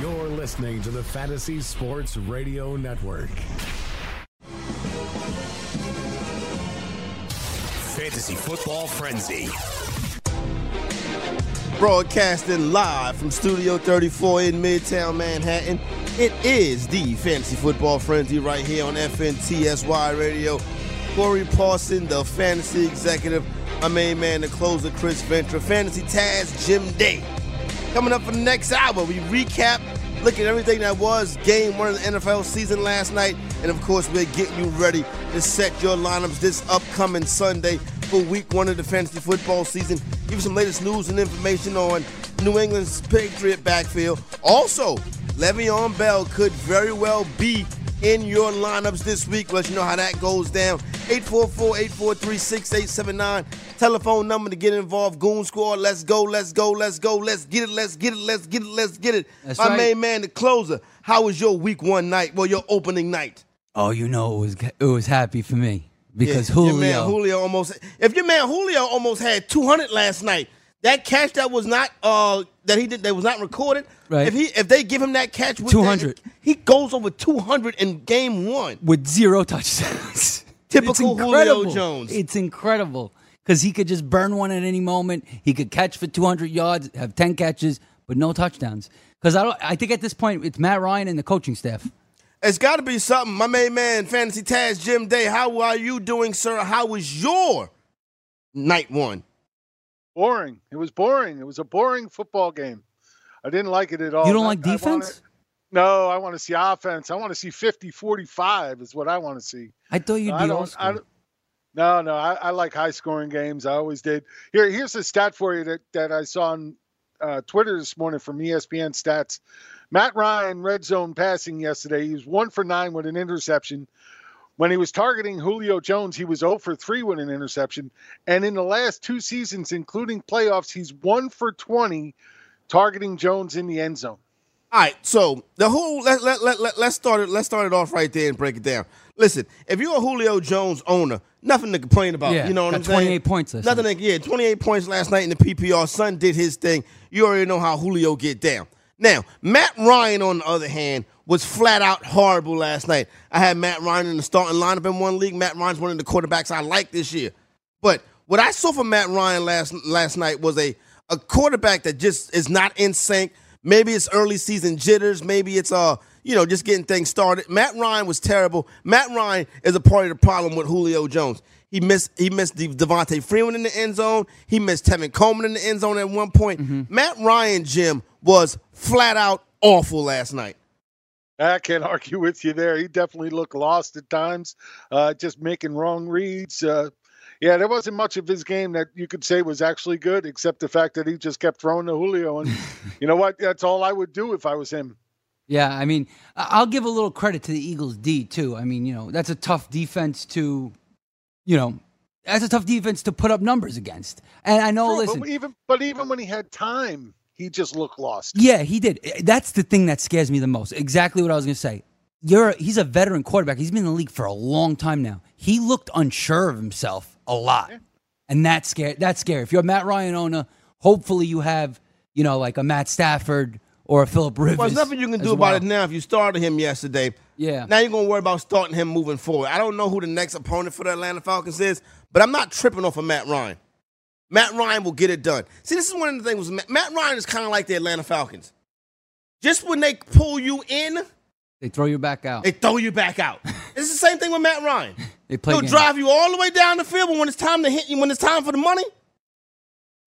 You're listening to the Fantasy Sports Radio Network. Fantasy Football Frenzy. Broadcasting live from Studio 34 in Midtown Manhattan. It is the Fantasy Football Frenzy right here on FNTSY Radio. Corey Parson, the fantasy executive. My main man, the closer, Chris Ventura. Fantasy Taz, Jim Day. Coming up for the next hour, we recap, look at everything that was game one of the NFL season last night. And of course, we're getting you ready to set your lineups this upcoming Sunday for week one of the fantasy football season. Give you some latest news and information on New England's Patriot backfield. Also, Le'Veon Bell could very well be in your lineups this week. Let you know how that goes down. 844-843-6879. Telephone number to get involved. Goon Squad. Let's go. Let's go. Let's go. Let's get it. Let's get it. Let's get it. Let's get it. That's My right. main man, the closer. How was your week one night? Well, your opening night. Oh, you know it was it was happy for me because Yeah, Julio, Your man Julio almost. If your man Julio almost had 200 last night, that catch that was not uh that he did that was not recorded. Right. If he if they give him that catch, with that, 200. he goes over 200 in game one. with zero touchdowns. Typical It's Julio incredible. Jones. It's incredible because he could just burn one at any moment. He could catch for 200 yards, have 10 catches, but no touchdowns. Because I don't. I think at this point it's Matt Ryan and the coaching staff. It's got to be something. My main man, Fantasy Taz Jim Day. How are you doing, sir? How was your night one? boring. It was boring. It was a boring football game. I didn't like it at all. you don't I- like I wanna- defense? no, I want to see offense. I want to see 50 45 is what I want to see. I, thought you'd I be old don't, I school. don't- no, no, I, I like high scoring games. I always did. Here, here's a stat for you that, that I saw on uh, Twitter this morning from E ESPN stats. Matt Ryan, red zone passing yesterday. He was one for nine with an interception. When he was targeting Julio Jones, he was 0 for 3 with an interception. And in the last two seasons, including playoffs, he's 1 for 20 targeting Jones in the end zone. All right, so the whole let let let, let let's start it let's start it off right there and break it down. Listen, if you're a Julio Jones owner, nothing to complain about. Yeah, you know what got I'm saying? 28 points last Nothing. To, yeah, 28 points last night in the PPR. Son did his thing. You already know how Julio get down. Now Matt Ryan, on the other hand, was flat out horrible last night. I had Matt Ryan in the starting lineup in one league. Matt Ryan's one of the quarterbacks I like this year. But what I saw from Matt Ryan last last night was a a quarterback that just is not in sync. Maybe it's early season jitters. Maybe it's uh you know just getting things started. Matt Ryan was terrible. Matt Ryan is a part of the problem with Julio Jones. He missed he missed De- Devontae Freeman in the end zone. He missed Tevin Coleman in the end zone at one point. Matt Ryan Jim was flat out awful last night. I can't argue with you there. He definitely looked lost at times, uh, just making wrong reads. Uh, yeah, there wasn't much of his game that you could say was actually good, except the fact that he just kept throwing to Julio. And you know what? That's all I would do if I was him. Yeah, I mean, I- I'll give a little credit to the Eagles D too. I mean, you know, that's a tough defense to, you know, that's a tough defense to put up numbers against. And I know, True, listen, but even but even when he had time, he just looked lost. yeah, he did. Eh, That's the thing that scares me the most. Exactly what I was going to say. You're he's a veteran quarterback. He's been in the league for a long time now. He looked unsure of himself a lot, and that's scary. That's scary. If you're a Matt Ryan owner, hopefully you have, you know, like a Matt Stafford or a Philip Rivers. Well, there's nothing you can as do about well. it now if you started him yesterday. Yeah. Now you're gonna worry about starting him moving forward. I don't know who the next opponent for the Atlanta Falcons is, but I'm not tripping off of Matt Ryan. Matt Ryan will get it done. See, this is one of the things. with Matt, Matt Ryan is kind of like the Atlanta Falcons. Just when they pull you in, They throw you back out. they They, throw you back out. it's the same thing with Matt Ryan. play. He'll games. drive you all the way down the field, but when it's time to hit you, when it's time for the money,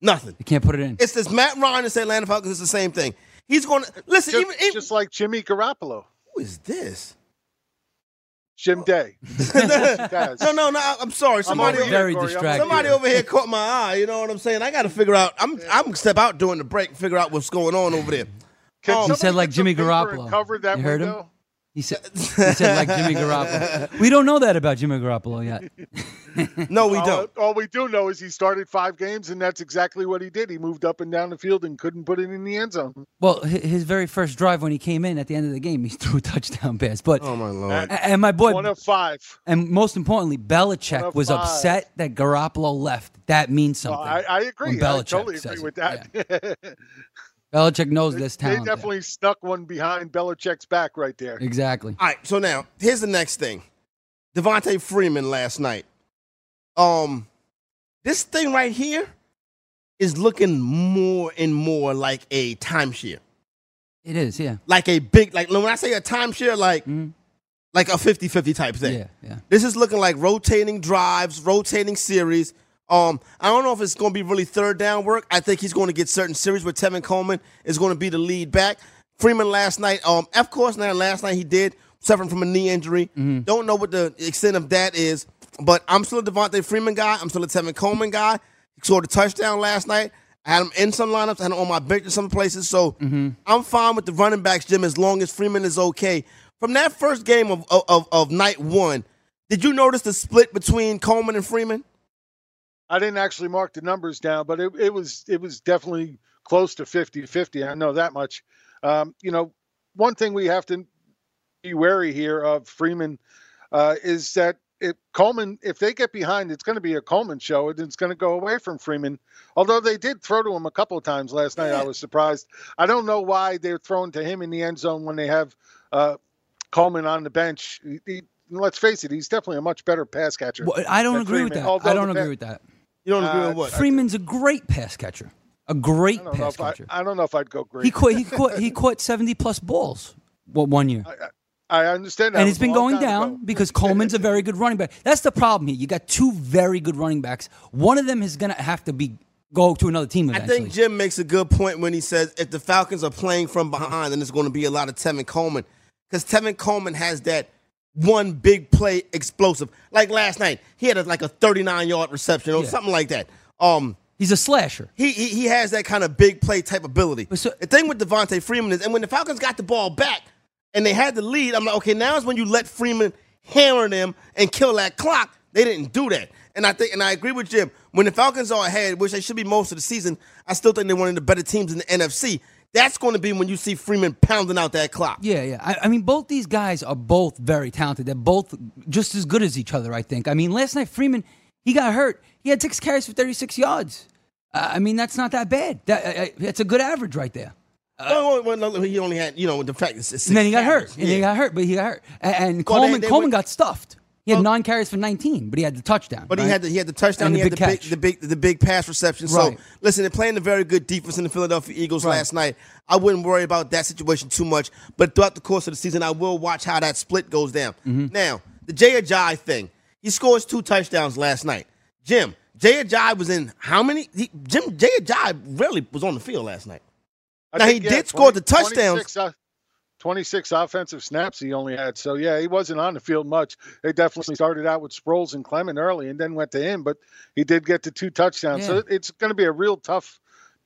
nothing. They can't put it in. It's this Matt Ryan and Atlanta Falcons. It's the same thing. He's gonna listen. Just, even, even just like Jimmy Garoppolo, who is this? Oh. Jim Day. Guys, No, no, no. I- I'm sorry. I'm Somebody, over here, Very Corey. I'm distracted. over somebody here. over here caught my eye. You know what I'm saying? I got to figure out. I'm, I'm gonna step out during the break. and Figure out what's going on over there. Can Oh, He somebody said like get some Jimmy paper and Garoppolo. Cover that you heard window. him? He said, he said like Jimmy Garoppolo. We don't know that about Jimmy Garoppolo yet. No, we all, don't. all we do know is he started five games, and that's exactly what he did. He moved up and down the field and couldn't put it in the end zone. Well, hi- his very first drive when he came in at the end of the game, he threw a touchdown pass. But Oh my lord. a- and my boy, One of five. and most importantly, Belichick was 105. upset that Garoppolo left. That means Well, something. I, I agree. When I Belichick totally says agree it, with that. Belichick knows they this talent. definitely snuck one behind Belichick's back right there. exactly. All right, so now here's the next thing. Devontae Freeman last night. Um, this thing right here is looking more and more like a timeshare, It is. Yeah. like a big like when I say a timeshare, like Mhm. like a 50-50 type thing. Yeah. Yeah. This is looking like rotating drives, rotating series. Um, I don't know if it's going to be really third down work. I think he's going to get certain series where Tevin Coleman is going to be the lead back. Freeman last night, um, of course, now last night he did suffering from a knee injury. Mm-hmm. Don't know what the extent of that is, but I'm still a Devontae Freeman guy. I'm still a Tevin Coleman guy. He scored a touchdown last night. I had him in some lineups. I had him on my bench in some places. So I'm fine with the running backs, Jim, as long as Freeman is okay. From that first game of of, of, of night one, did you notice the split between Coleman and Freeman? I didn't actually mark the numbers down, but it, it was it was definitely close to 50-50. I know that much. Um, you know, one thing we have to be wary here of Freeman uh, is that if Coleman, if they get behind, it's going to be a Coleman show, and it's going to go away from Freeman. Although they did throw to him a couple of times last night, I was surprised. I don't know why they're throwing to him in the end zone when they have uh, Coleman on the bench. He- he- let's face it, he's definitely a much better pass catcher. Well, I don't That agree with Freeman- that. although I don't the agree pa- with that. You don't agree with Uh, what? Freeman's a great pass catcher. A great I don't know pass if I, catcher. I don't know if I'd go great. he caught. He caught. He caught seventy plus balls. What one year? I understand that. and It it's was a been long going time down ago. because Coleman's a very good running back. That's the problem here. You got two very good running backs. One of them is going to have to be go to another team I eventually. think Jim makes a good point when he says if the Falcons are playing from Uh-huh. behind, then it's going to be a lot of Tevin Coleman because Tevin Coleman has that one big play explosive. Like last night, he had a, like a 39 yard reception or Yeah. something like that. Um, He's a slasher. he, he he has that kind of big play type ability. But so- the thing with Devontae Freeman is, and when the Falcons got the ball back and they had the lead, I'm like, okay, now is when you let Freeman hammer them and kill that clock. They didn't do that, and I think, and I agree with Jim. When the Falcons are ahead, which they should be most of the season, I still think they're one of the better teams in the NFC. That's going to be when you see Freeman pounding out that clock. Yeah, yeah. I, I mean, both these guys are both very talented. They're both just as good as each other, I think. I mean, last night Freeman, he got hurt. He had six carries for 36 yards. Uh, I mean, that's not that bad. That, uh, uh, that's a good average right there. Uh, Well, well, well, he only had, you know, the fact is, And then he got hurt. And then he got hurt, but he got hurt. A- And, Well, they- Coleman, they Coleman went- got stuffed. He had nine carries for 19, but he had the touchdown. But he right? had the, he had the touchdown. And he the had big the big, catch. the big the big pass reception. Right. So listen, they're playing a very good defense in the Philadelphia Eagles last night. I wouldn't worry about that situation too much. But throughout the course of the season, I will watch how that split goes down. Now the Jay Ajay thing. He scores two touchdowns last night. Jim Jay Ajay was in how many? He, Jim Jay Ajay rarely was on the field last night. I Now, he think, did score the 20 touchdowns. 26, uh, 26 offensive snaps he only had. So, yeah, he wasn't on the field much. They definitely started out with Sproles and Clement early and then went to him, but he did get to two touchdowns. So Yeah. it- it's going to be a real tough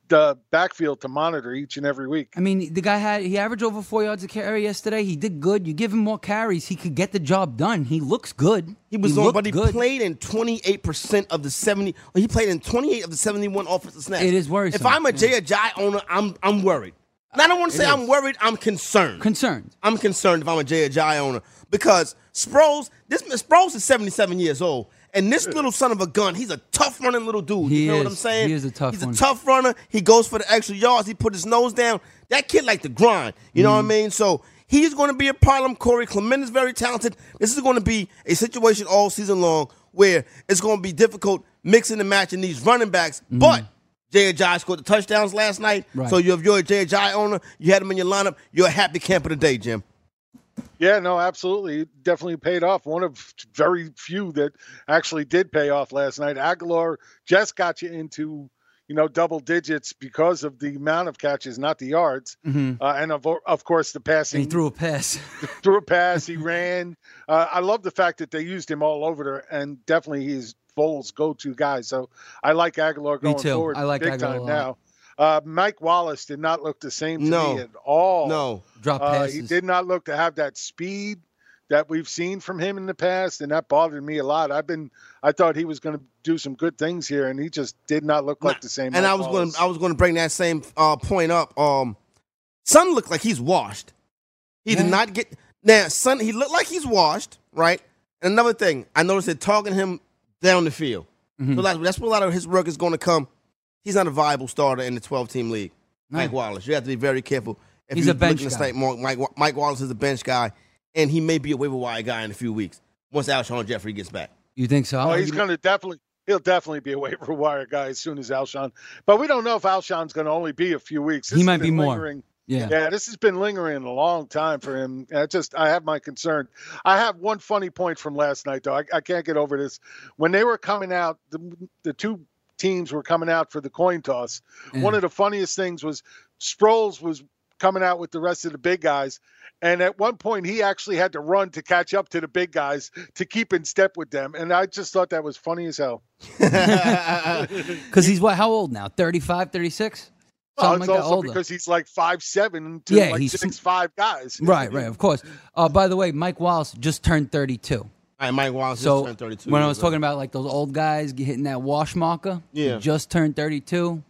uh, backfield to monitor each and every week. I mean, the guy had he averaged over four yards a carry yesterday. He did good. You give him more carries, he could get the job done. He looks good. He was on, looked but he good. played in 28% of the 70. He played in 28 of the 71 offensive snaps. It is worrisome. Mm. If I'm a Jay Ajay owner, I'm I'm worried. And I don't want to say I'm worried. I'm concerned. Concerned. I'm concerned if I'm a Jay Ajay owner because Sproles, this Sproles is 77 years old, and this little son of a gun, he's a tough running little dude. He you know what is. I'm saying? He is a tough He's one. a tough runner. He goes for the extra yards. He put his nose down. That kid like to grind. You know what Mm-hmm. I mean? So he's going to be a problem. Corey Clement is very talented. This is going to be a situation all season long where it's going to be difficult mixing and matching these running backs, but. Jay Ajay scored the touchdowns last night. Mm-hmm. Right. So you if you're a Jay Ajay owner, you had him in your lineup, you're a happy camper today, Jim. Yeah, no, absolutely. It Definitely paid off. One of very few that actually did pay off last night. Aguilar just got you into, you know, double digits because of the amount of catches, not the yards. Mm-hmm. Uh, and of, of course, the passing. And he threw a pass. threw a pass. He ran. Uh, I love the fact that they used him all over there, and definitely he's Foles' go-to guy. So I like Aguilar Me going too. forward. I like big Aguilar a time lot. now. Uh, Mike Wallace did not look the same to No. me at all. No. Drop Uh, passes. he did not look to have that speed that we've seen from him in the past, and that bothered me a lot. I've been, I thought he was going to do some good things here, and he just did not look like the same. And Mike I was going Wallace. to I was going to bring that same uh, point up. Um, Son looked like he's washed. He did Yeah. not get now. Son, he looked like he's washed, right? And another thing, I noticed they're talking him down the field. Mm-hmm. So that's, that's where a lot of his work is going to come. He's not a viable starter in the 12 team league. Mike Wallace, you have to be very careful. If He's you're a bench looking to guy. stake Mark- Mike, Wa- Mike Wallace is a bench guy, and he may be a waiver wire guy in a few weeks once Alshon Jeffrey gets back. you think so? Oh, he's going to definitely. He'll definitely be a waiver wire guy as soon as Alshon, but we don't know if Alshon's going to only be a few weeks. He has might been be more. lingering- yeah. Yeah, this has been lingering a long time for him. I just, I have my concern. I have one funny point from last night, though. I, I can't get over this. When they were coming out, the, the two teams were coming out for the coin toss. One of the funniest things was Sproles was coming out with the rest of the big guys. And at one point, he actually had to run to catch up to the big guys to keep in step with them. And I just thought that was funny as hell. Because he's what? How old now? 35, 36? Well, Something it's like that also older. because he's like five seven to Yeah, like he's- six five guys. right, right, of course. Uh, by the way, Mike Wallace just turned 32. All right, Mike Wallace So just turned 32. when I years was old. talking about like those old guys get- hitting that wash marker, he Yeah. just turned 32.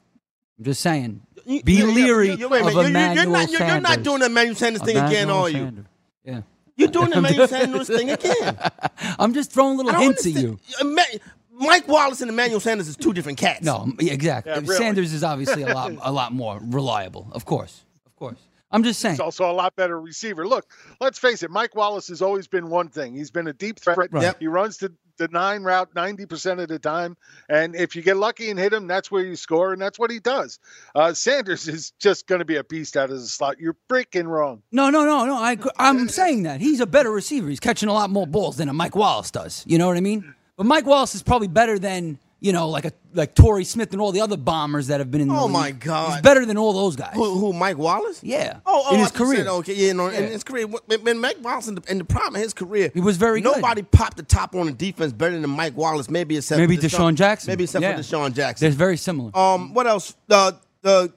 I'm just saying, You- be you- you- leery you- wait a of minute, you- you- Emmanuel you're not, you're, you're not Sanders. doing the Emmanuel Sanders thing again, Emmanuel are you? Sanders. Yeah, You're doing the Emmanuel Sanders thing again. I'm just throwing I little don't hints at you. understand. Emma- Mike Wallace and Emmanuel Sanders is two different cats. No, m- yeah, exactly. Yeah, really. Sanders is obviously a lot, a lot more reliable. Of course, of course. I'm just saying. He's also a lot better receiver. Look, let's face it, Mike Wallace has always been one thing. He's been a deep threat. Right. He runs the, the nine route 90% of the time. And if you get lucky and hit him, that's where you score. And that's what he does. Uh, Sanders is just going to be a beast out of the slot. You're freaking wrong. No, no, no, no. I, gr- I'm saying that he's a better receiver. He's catching a lot more balls than a Mike Wallace does. You know what I mean? But Mike Wallace is probably better than you know, like a like Torrey Smith and all the other bombers that have been in. The Oh, league. my God. He's better than all those guys. Who, who, Mike Wallace? Yeah. Oh, oh in his I thought you career. said, okay, yeah, no, Yeah. in his career. When- When Mike Wallace in the, in the prime of his career, He was very good. Nobody popped the top on the defense better than Mike Wallace, maybe except Maybe for Deshaun Jackson. Maybe except Yeah. for Deshaun They're Jackson. very similar. Um, what else? The the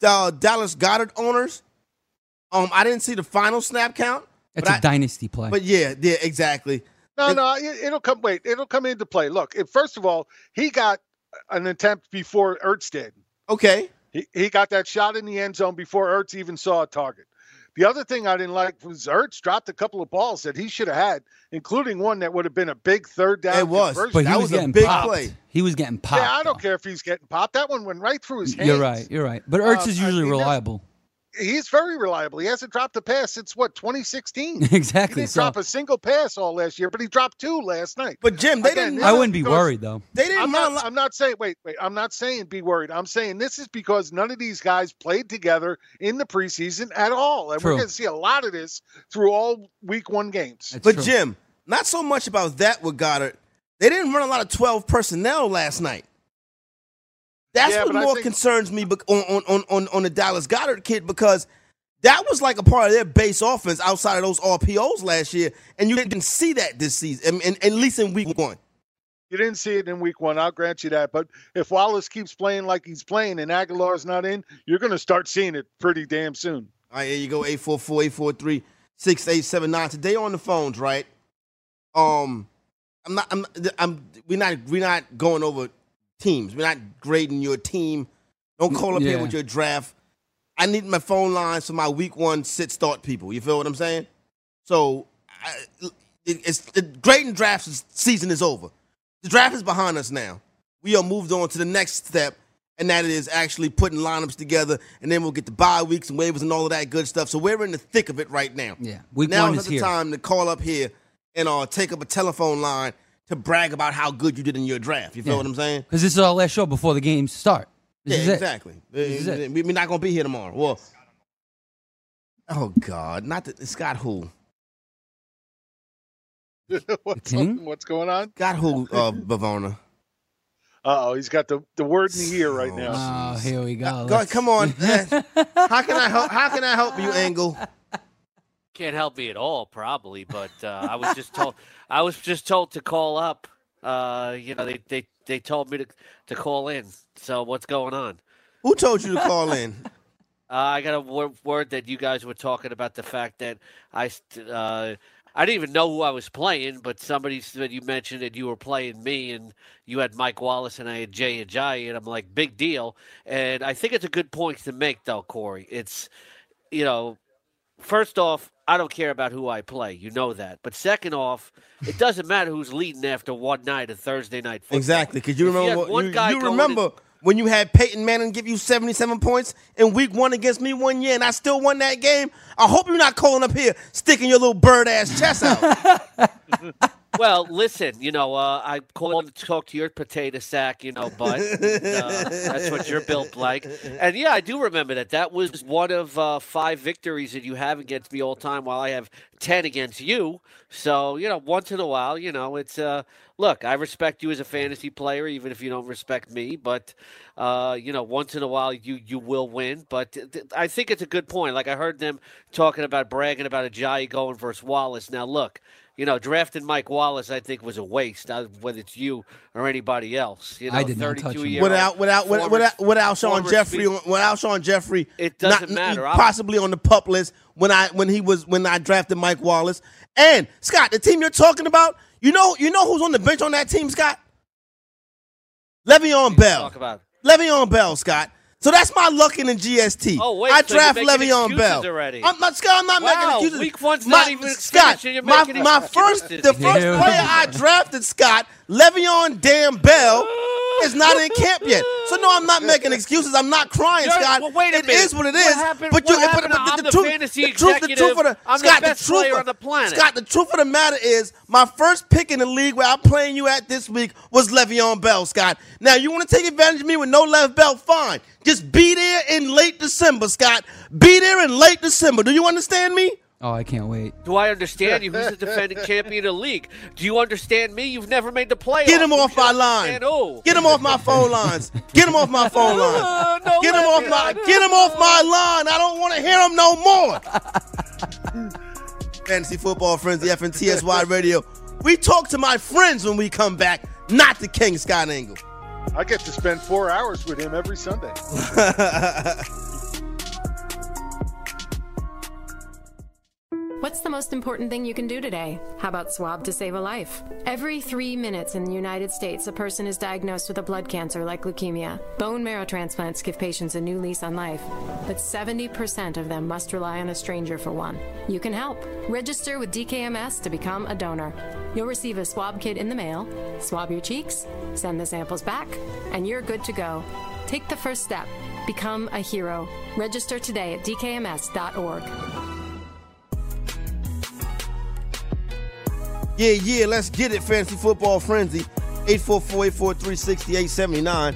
the uh, Dallas Goddard owners. Um, I didn't see the final snap count. That's but a I- dynasty play. But yeah, yeah, exactly. No, no, it, it'll come. Wait, it'll come into play. Look, if, first of all, he got an attempt before Ertz did. Okay. He, he got that shot in the end zone before Ertz even saw a target. The other thing I didn't like was Ertz dropped a couple of balls that he should have had, including one that would have been a big third down. It was, conversion. But he that was, was a getting big popped. play. He was getting popped. yeah, I don't though. care if he's getting popped. That one went right through his hands. You're right. You're right. But Uh, Ertz Um, is I usually mean, that's- reliable. He's very reliable. He hasn't dropped a pass since what 2016. He Exactly, didn't so- drop a single pass all last year, but he dropped two last night. But Jim, they Again, didn't. this I is wouldn't be because- worried though. They didn't. I'm not, not, I'm not saying wait, wait, I'm not saying be worried. I'm saying this is because none of these guys played together in the preseason at all. And True. we're gonna see a lot of this through all week one games. That's but true. Jim, not so much about that with Goddard. They didn't run a lot of twelve personnel last night. That's Yeah, what but I more think- concerns me bec- on, on, on, on, on the Dallas Goddard kid because that was like a part of their base offense outside of those RPOs last year, and you didn't see that this season, and, and, at least in week one. You didn't see it in week one, I'll grant you that. But if Wallace keeps playing like he's playing and Aguilar's not in, you're gonna start seeing it pretty damn soon. All right, here you go. 844-843-6879. Today on the phones, right? Um, I'm not. I'm. I'm. We're not. We're not going over teams. We're not grading your team. Don't call up here Yeah. with your draft. I need my phone lines for my week one sit start people. You feel what I'm saying? So, I, it, it's the grading drafts is- season is over. The draft is behind us now. We are moved on to the next step, and that is actually putting lineups together, and then we'll get the bye weeks and waivers and all of that good stuff. So we're in the thick of it right now. Yeah, week now one is is the here. time to call up here and uh, take up a telephone line to brag about how good you did in your draft. You feel Yeah. what I'm saying? Because this is our last show before the games start. This is yeah, it. exactly. Eh, is it. We- We're not gonna be here tomorrow. Well, oh God, not the, Scott who. what's, king? what's going on? Scott who uh, Bavona. Uh oh, he's got the, the word in the ear right now. Oh, here we go. God, Let's- come on. Eh, how can I help? How can I help you, Angle? Can't help me at all, probably. But uh, I was just told. I was just told to call up. Uh, you know, they they they told me to to call in. So what's going on? Who told you to call in? Uh, I got a wor- word that you guys were talking about the fact that I, st- uh, I didn't even know who I was playing, but somebody said you mentioned that you were playing me, and you had Mike Wallace and I had Jay Ajayi, and I'm like, big deal. And I think it's a good point to make, though, Corey. It's, you know, first off, I don't care about who I play. You know that. But second off, it doesn't matter who's leading after one night of Thursday night football. Exactly, because you If you remember had what- one you, guy you going remember in- when you had Peyton Manning give you seventy-seven points in Week One against me one year, and I still won that game. I hope you're not calling up here sticking your little bird ass chest out. Well, listen, you know, uh, I called to talk to your potato sack, you know, but uh, that's what you're built like. And yeah, I do remember that. That was one of uh, five victories that you have against me all time, while I have ten against you. So you know, once in a while, you know, it's uh, look. I respect you as a fantasy player, even if you don't respect me. But uh, you know, once in a while, you you will win. But th- th- I think it's a good point. Like I heard them talking about bragging about Ajayi going versus Wallace. Now look you know, drafting Mike Wallace, I think, was a waste. uh, Whether it's you or anybody else, you know, I did not touch him. 32 year without, without, without, without, without Sean former Jeffrey, speed- on- without Sean Jeffrey, It doesn't matter. I'm- Possibly on the pup list when I when he was when I drafted Mike Wallace and Scott. The team you're talking about, you know, you know who's on the bench on that team, Scott. Le'Veon Bell. talk about. Le'Veon Bell, Scott. So that's my luck in the GST. Oh, wait, I so draft you're making Le'Veon excuses Bell. already. I'm not Scott. I'm not making Wow, excuses. week one's My- not even Scott. finished and you're my making my excuses. first, the first Ew. player I drafted, Scott Le'Veon damn Bell, is not in camp yet. So no, I'm not making excuses. I'm not crying, You're- Scott. well, wait a It minute. is what it What is. happened- but what you, but, happened but to I'm the, the truth, fantasy the truth, the truth executive? of the I'm the Scott, best truth player of- on the planet. Scott, the truth of the matter is, my first pick in the league where I'm playing you at this week was Le'Veon Bell, Scott. Now, you want to take advantage of me with no Lev Bell? Fine. Just be there in late December, Scott. Be there in late December. Do you understand me? Oh, I can't wait. Do I understand you? Who's the defending champion of the league? Do you understand me? You've never made the playoffs. Get him Who off should my understand line. who? Get him off my phone lines. Get him off my phone Uh, lines. no, Get him let off me- my get him off my line. I don't want to hear him no more. Fantasy football friends, the FNTSY radio. We talk to my friends when we come back, not the King Scott Angle. I get to spend four hours with him every Sunday. What's the most important thing you can do today? How about swab to save a life? Every three minutes in the United States, a person is diagnosed with a blood cancer like leukemia. Bone marrow transplants give patients a new lease on life, but 70% of them must rely on a stranger for one. You can help. Register with DKMS to become a donor. You'll receive a swab kit in the mail, swab your cheeks, send the samples back, and you're good to go. Take the first step. Become a hero. Register today at dkms.org. Yeah, yeah, let's get it, Fantasy Football Frenzy. 844-843-6879. I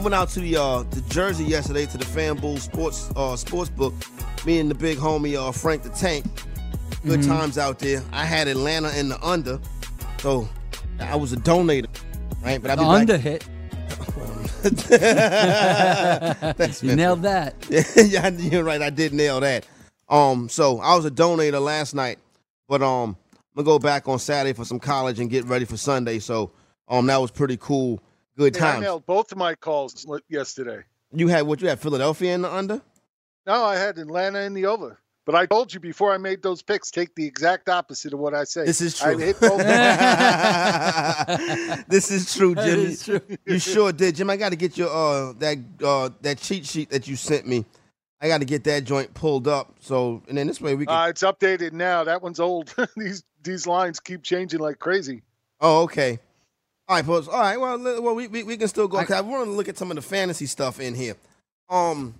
went out to the uh to Jersey yesterday to the FanBool Sports uh sports book. Me and the big homie uh Frank the Tank. Good Mm-hmm. times out there. I had Atlanta in the under, so I was a donator. Right, but I The be under back. hit. Thanks, You man. nailed that. yeah, you're right. I did nail that. Um, so I was a donator last night, but um, I'm gonna go back on Saturday for some college and get ready for Sunday. So um, that was pretty cool. Good Hey, I times. mailed both of my calls li- yesterday. You had what? You had Philadelphia in the under. No, I had Atlanta in the over. But I told you before I made those picks, take the exact opposite of what I say. This is I true. hit both of them. this is true, Jimmy. is true. You sure did, Jim. I got to get your uh that uh that cheat sheet that you sent me. I got to get that joint pulled up. So and then this way we can. Uh, it's updated now. That one's old. these these lines keep changing like crazy. Oh, okay. All right, folks. All right. Well, li- well, we, we, we can still go. 'cause I want to look at some of the fantasy stuff in here. Um,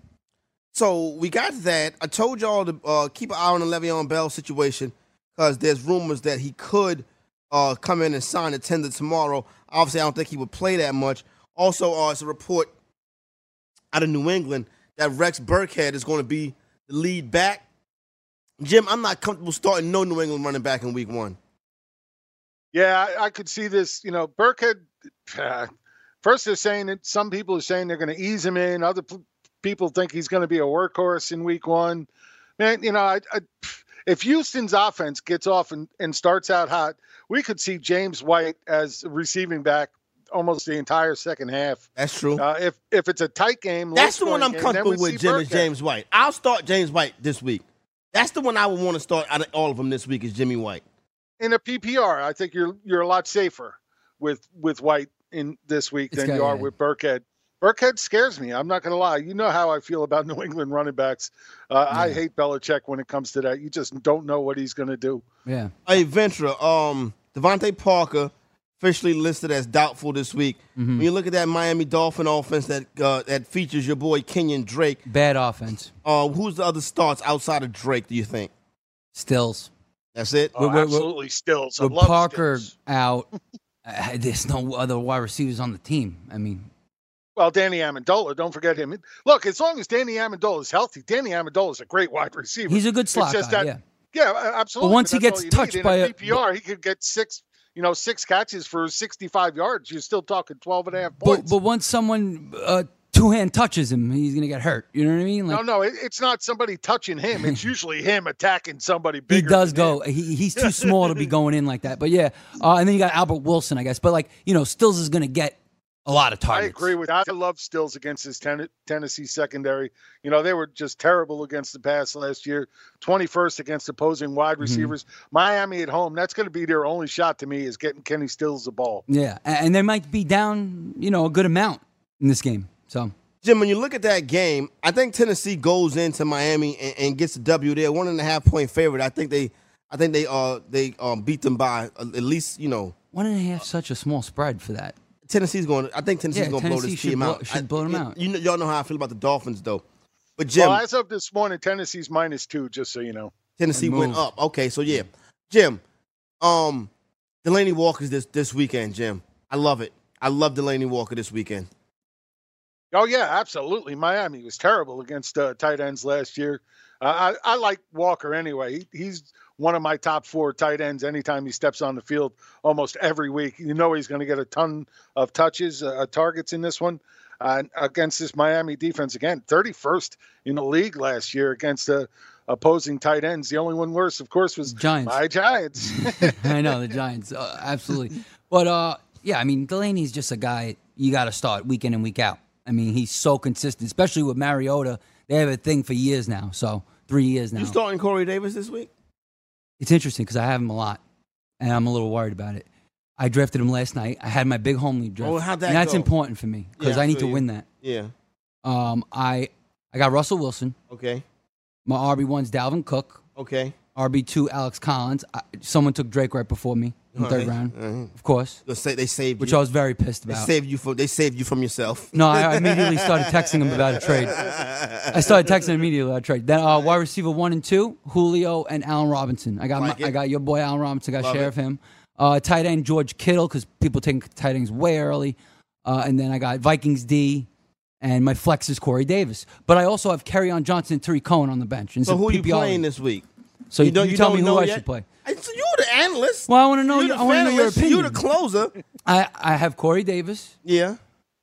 so we got that. I told y'all to uh, keep an eye on the Le'Veon Bell situation because there's rumors that he could uh, come in and sign a tender tomorrow. Obviously, I don't think he would play that much. Also, uh, it's a report out of New England that Rex Burkhead is going to be the lead back. Jim, I'm not comfortable starting no New England running back in Week One. Yeah, I, I could see this. You know, Burkhead. first, they're saying that some people are saying they're going to ease him in. Other p- people think he's going to be a workhorse in week one. Man, you know, I, I, if Houston's offense gets off and, and starts out hot, we could see James White as a receiving back almost the entire second half. That's true. Uh, if if it's a tight game, That's the one low-scoring I'm game, comfortable then we see with, Jim, is Burkhead. James White. I'll start James White this week. That's the one I would want to start out of all of them this week is Jimmy White. In a PPR, I think you're you're a lot safer with with White in this week This than guy, you are yeah. with Burkhead. Burkhead scares me. I'm not going to lie. You know how I feel about New England running backs. Uh, I hate Belichick when it comes to that. You just don't know what he's going to do. Yeah. Hey, Ventura, um, Devontae Parker officially listed as doubtful this week. When you look at that Miami Dolphin offense that uh, that features your boy Kenyon Drake, Bad offense. uh, who's the other starts outside of Drake, do you think? Stills. That's it? Oh, With- with- absolutely, Stills. I With love Parker Stills. out, uh, there's no other wide receivers on the team. I mean, Well, Danny Amendola, don't forget him. Look, as long as Danny Amendola is healthy, Danny Amendola is a great wide receiver. he's a good It's slot guy. just that- yeah. Yeah, a- absolutely. once he that's all gets you touched need. by in a- a PPR, he could get six, you know, six catches for 65 yards. You're still talking 12 and a half But points. but once someone uh, two hand touches him, he's gonna get hurt. You know what I mean? Like no, no, it, it's not somebody touching him. It's usually him attacking somebody he bigger. does than go. him. He, he's too small to be going in like that. But yeah, uh, and then you got Albert Wilson, I guess. But like you know, Stills is gonna get a lot of I targets. agree with I love Stills against his ten- Tennessee secondary. You know, they were just terrible against the pass last year. 21st against opposing wide Mm-hmm. receivers. Miami at home, that's going to be their only shot to me is getting Kenny Stills the ball. Yeah, a- and they might be down, you know, a good amount in this game. So Jim, when you look at that game, I think Tennessee goes into Miami and, and gets a W there, one and a half point favorite. I think they, I think they uh they um beat them by uh, at least you know one and a half, such a small spread for that. Tennessee's going. to I think Tennessee's Yeah, going to blow Tennessee this should team blow- out. should I- blow them you- out. You know, y'all know how I feel about the Dolphins though, but Jim, Well, as of this morning, Tennessee's minus two, just so you know. Tennessee And went move. up. Okay, so yeah, Jim, um, Delaney Walker's this this weekend. Jim, I love it. I love Delaney Walker this weekend. Oh yeah, absolutely. Miami was terrible against uh, tight ends last year. Uh, I, I like Walker anyway. He, he's one of my top four tight ends. Anytime he steps on the field, almost every week, you know he's going to get a ton of touches, uh, targets in this one uh, against this Miami defense. Again, 31st in the league last year against uh, opposing tight ends. The only one worse, of course, was Giants. my Giants. I know the Giants, uh, absolutely. But uh, yeah, I mean Delaney's just a guy you got to start week in and week out. I mean he's so consistent, especially with Mariota. They have a thing for years now, so three years now. You starting Corey Davis this week? it's interesting because I have him a lot, and I'm a little worried about it. I drafted him last night. I had my big home league draft. Oh, how'd that and that's go? important for me because Yeah, I I need feel to you. win that. Yeah. Um, I I got Russell Wilson. Okay. My RB one's Dalvin Cook. Okay. RB two Alex Collins. I, someone took Drake right before me in the All third right. round, All right. of course, They sa- they saved which you. I was very pissed they about. saved you from they saved you from yourself. No, I I immediately started texting him about a trade. I started texting immediately about a trade. Then uh, wide receiver one and two, Julio and Allen Robinson. I got Like my, it. I got your boy Allen Robinson. I got Love share it. of him. Uh, tight end George Kittle because people take tight ends way early. Uh, and then I got Vikings D, and my flex is Corey Davis. But I also have Carry on Johnson and Tariq Cohen on the bench. And So it's a who you PPR playing league. this week? So you, you tell don't me who know I yet? should play. Hey, so you're the analyst. Well, I want to know. you're your- the I want to know your analyst. opinion. You're the closer. I, I have Corey Davis, Yeah.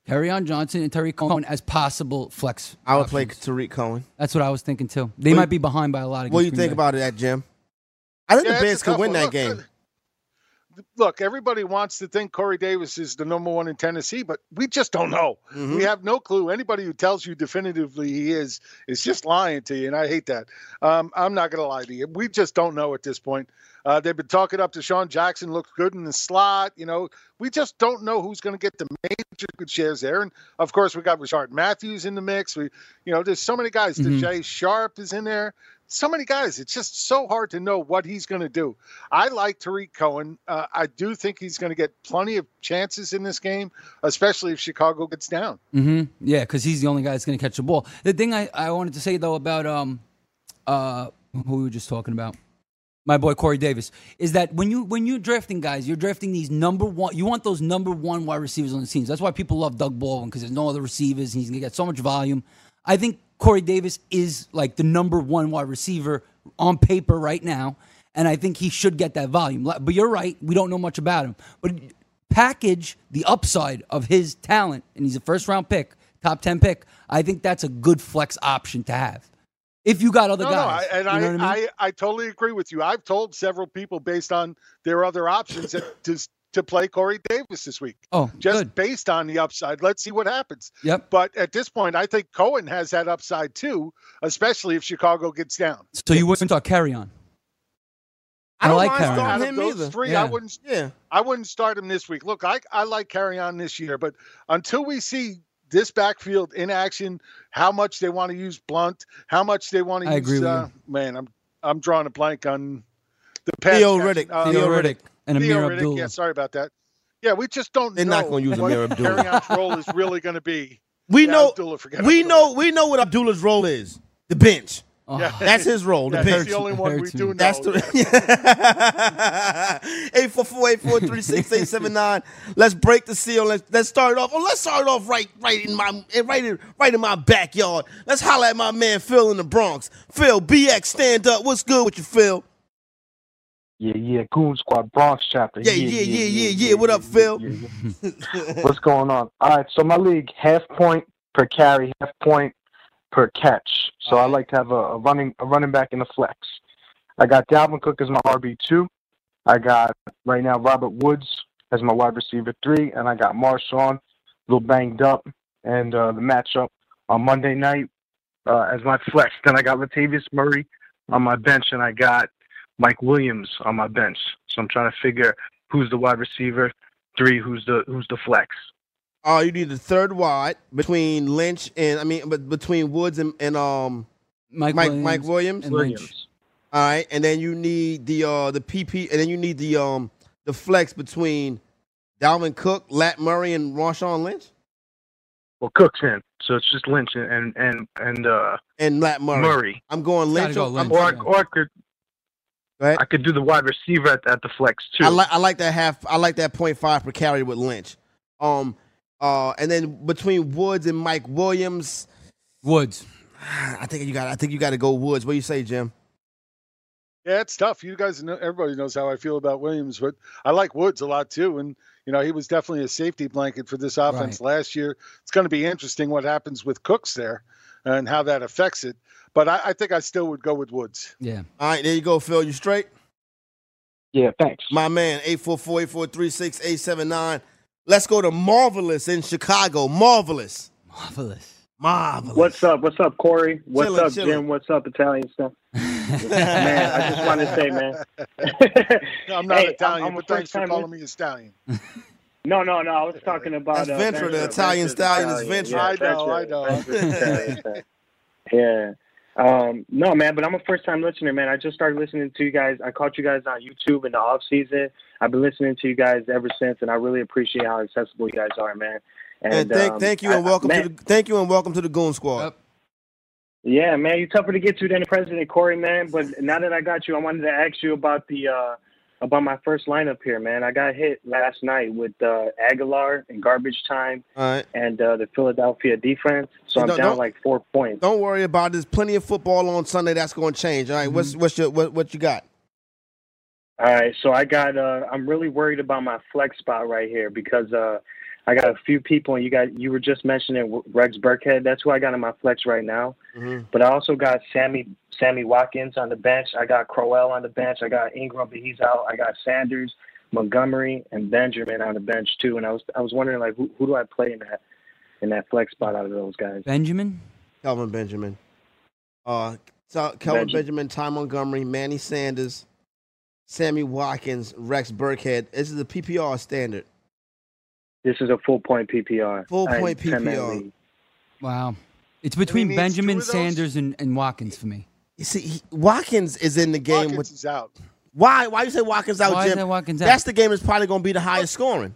Carry on Johnson, and Tariq Cohen as possible flex. I would play options. Tariq Cohen. That's what I was thinking too. They What might you- be behind by a lot. What do you against think Green about it, at Jim? I think Yeah, the it's a Bears could tough win one. that Look, game. uh, Look, everybody wants to think Corey Davis is the number one in Tennessee, but we just don't know. We have no clue. Anybody who tells you definitively he is is just lying to you, and I hate that. Um, I'm not going to lie to you. We just don't know at this point. Uh, they've been talking up to Sean Jackson, looks good in the slot. You know, we just don't know who's going to get the major good shares there. And of course, we got Richard Matthews in the mix. We, you know, there's so many guys. Mhm. DeJay Sharp is in there. So many guys. It's just so hard to know what he's going to do. I like Tariq Cohen. Uh, I do think he's going to get plenty of chances in this game, especially if Chicago gets down. hmm Yeah, because he's the only guy that's going to catch the ball. The thing I, I wanted to say though about um, uh, who we were just talking about, my boy Corey Davis, is that when you when you're drafting guys, you're drafting these number one. You want those number one wide receivers on the teams. That's why people love Doug Baldwin because there's no other receivers. And he's going to get so much volume. I think Corey Davis is like the number one wide receiver on paper right now, and I think he should get that volume. Like- But you're right, we don't know much about him, but package the upside of his talent, and he's a first round pick, top 10 pick, I think that's a good flex option to have. If you got other no, guys. no, I, and you know I, what I, I mean? I, totally agree with you. I've told several people based on their other options that to, to play Corey Davis this week. Oh, just good. based on the upside. Let's see what happens. Yep. But at this point, I think Cohen has that upside too, especially if Chicago gets down. So you wouldn't talk carry on. I, don't like mind carry starting on. Out of him those either. three, Yeah. I wouldn't. Yeah. I wouldn't start him this week. Look, I I like carry on this year, but until we see this backfield in action, how much they want to use Blunt, how much they want to I use. agree with uh, Man, I'm I'm drawing a blank on the pass Theo Riddick. catching. Uh, Theo Riddick and Theo Amir Riddick, Abdullah. Yeah, sorry about that. Yeah, we just don't. They're know not gonna use what Amir Abdullah. Carry on's role is really going to be. We Yeah, know. Abdullah, forget we Abdullah. know. We know what Abdullah's role is. The bench. Oh, Yeah. That's his role. The Yeah, bench. that's the only one we hurts do me. know. That's the eight four four eight four three six eight seven nine. Let's break the seal. Let's let's start it off. Oh, let's start it off right right in my right in right in my backyard. Let's holler at my man Phil in the Bronx. Phil BX, stand up. What's good with you, Phil? Yeah, yeah, Goon Squad Bronx chapter. Yeah, yeah, yeah, yeah, yeah. What up, Phil? yeah, yeah. What's going on? All right, so my league half point per carry, half point per catch. So I like to have a, a running a running back in the flex. I got Dalvin Cook as my RB two. I got right now Robert Woods as my wide receiver three, and I got Marshawn a little banged up, and uh, the matchup on Monday night uh, as my flex. Then I got Latavius Murray on my bench, and I got Mike Williams on my bench. So I'm trying to figure who's the wide receiver, three, who's the who's the flex. Oh, you need the third wide between Lynch and I mean, but between Woods and, and um. Mike, Mike- Williams Mike Williams? and Williams. Lynch. All right, and then you need the uh the PP, and then you need the um the flex between Dalvin Cook, Lat Murray, and Marshawn Lynch, Well, Cook's in, so it's just Lynch and and and, and uh, and Lat Murray. Murray. I'm going Gotta Lynch. go I'm- Lynch. Or I, or I could Go ahead. I could do the wide receiver at, at the flex too. I like I like that half. I like that point five per carry with Lynch. Um, uh, and then between Woods and Mike Williams, Woods. I think you got. I think you got to go Woods. What do you say, Jim? Yeah, it's tough. You guys know, everybody knows how I feel about Williams, but I like Woods a lot too. And, you know, he was definitely a safety blanket for this offense last year. It's going to be interesting what happens with Cooks there and how that affects it. But I, I think I still would go with Woods. Yeah. All right, there you go, Phil. You straight. yeah, thanks. My man, 844-843-6879. Let's go to Marvelous in Chicago. Marvelous. Marvelous. Marvelous. What's up? What's up, Corey? What's Chillin', up, chillin'. Jim? What's up, Italian stuff? man, I just wanted to say, man. No, I'm not Hey, I'm- Italian, I'm a but thanks for first-time calling me Italian. no, no, no. I was talking about uh, That's Ventra, the Italian stallion is Ventra. Yeah, I know, I know. Ventra's Italian, yeah. Um, no, man, but I'm a first time listener, man. I just started listening to you guys. I caught you guys on YouTube in the off season. I've been listening to you guys ever since, and I really appreciate how accessible you guys are, man. And, And thank, um, thank you I- and welcome I- man, to the, thank you and welcome to the Goon Squad. Yep. Yeah, man, you're tougher to get to than the president, Corey, man. But now that I got you, I wanted to ask you about the uh about my first lineup here, man. I got hit last night with uh Aguilar and garbage time All right. and uh the Philadelphia defense. So Hey, I'm don't- down don't- like four points. Don't worry about it. There's plenty of football on Sunday that's going to change. All right, What's what's your what, what you got? All right, so I got uh I'm really worried about my flex spot right here because uh I got a few people and you got you were just mentioning Rex Burkhead. That's who I got in my flex right now. Mm-hmm. But I also got Sammy Sammy Watkins on the bench. I got Crowell on the bench. I got Ingram, but he's out. I got Sanders, Montgomery, and Benjamin on the bench too. And I was I was wondering like who, who do I play in that in that flex spot out of those guys? Benjamin. Kelvin Benjamin. Uh so Kelvin Benji. Benjamin, Ty Montgomery, Manny Sanders, Sammy Watkins, Rex Burkhead. This is the PPR standard. This is a full point PPR. Full I'm point 10 man PPR. league. Wow. It's between needs two Benjamin of those? Sanders and, and Watkins for me. You see, he, Watkins is in the game Hawkins with is out. why? Why you say Watkins out, Why is Jim? that Watkins out? That's the game that's probably going to be the highest scoring.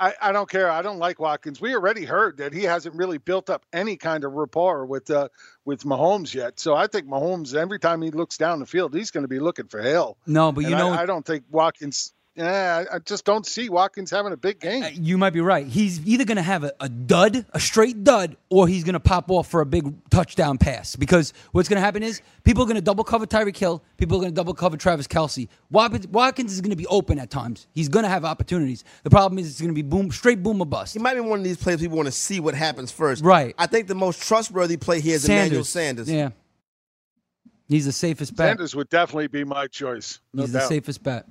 I, I don't care. I don't like Watkins. We already heard that he hasn't really built up any kind of rapport with uh, with Mahomes yet. So I think Mahomes, every time he looks down the field, he's going to be looking for hell. No, but you And know, I, I don't think Watkins. Yeah, I, I just don't see Watkins having a big game. uh, you might be right. He's either going to have a, a dud, a straight dud, or he's going to pop off for a big touchdown pass. Because what's going to happen is people are going to double cover Tyreek Hill. People are going to double cover Travis Kelsey. Watkins, Watkins is going to be open at times. He's going to have opportunities. The problem is it's going to be boom, straight boom or bust. He might be one of these players we want to see what happens first. Right. I think the most trustworthy play here is Emmanuel Sanders. Yeah. He's the safest bet. Sanders would definitely be my choice. No he's the doubt. safest bet.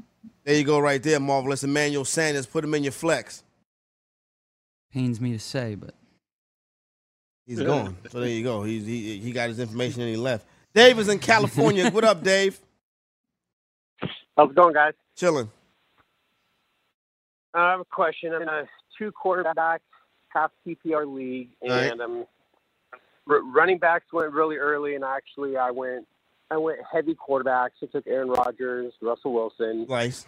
There you go, right there, marvelous Emmanuel Sanders. Put him in your flex. Pains me to say, but He's gone. So there you go. He's, he he got his information and he left. Dave is in California. what up, Dave? How's it going, guys? Chilling. I have a question. I'm in a two quarterback half PPR league, All right. and um, r- running backs went really early. And actually, I went I went heavy quarterbacks. I took Aaron Rodgers, Russell Wilson. Nice.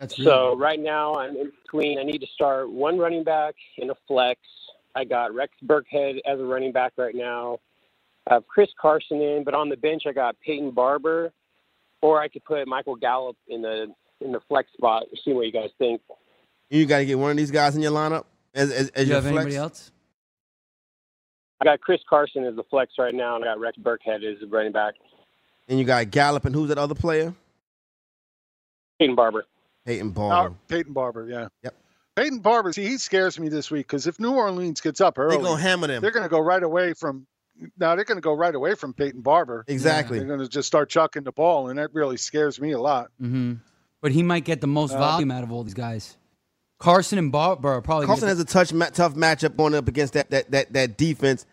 That's So right now I'm in between. I need to start one running back and a flex. I got Rex Burkhead as a running back right now. I have Chris Carson in, but on the bench I got Peyton Barber, or I could put Michael Gallup in the in the flex spot. See what you guys think. You got to get one of these guys in your lineup as as, as You your have flex. anybody else? I got Chris Carson as the flex right now, and I got Rex Burkhead as the running back. And you got Gallup and who's that other player? Peyton Barber. Peyton Barber. Peyton Barber, yeah. Yep. Peyton Barber, see, he scares me this week because if New Orleans gets up early, gonna hammer them. They're going to go right away from. Now they're going to go right away from Peyton Barber. Exactly. They're going to just start chucking the ball, and that really scares me a lot. Mm-hmm. hmm but he might get the most Uh, volume out of all these guys. Carson and Barber are probably Carson has a touch, ma- tough matchup going up against that, that that that defense,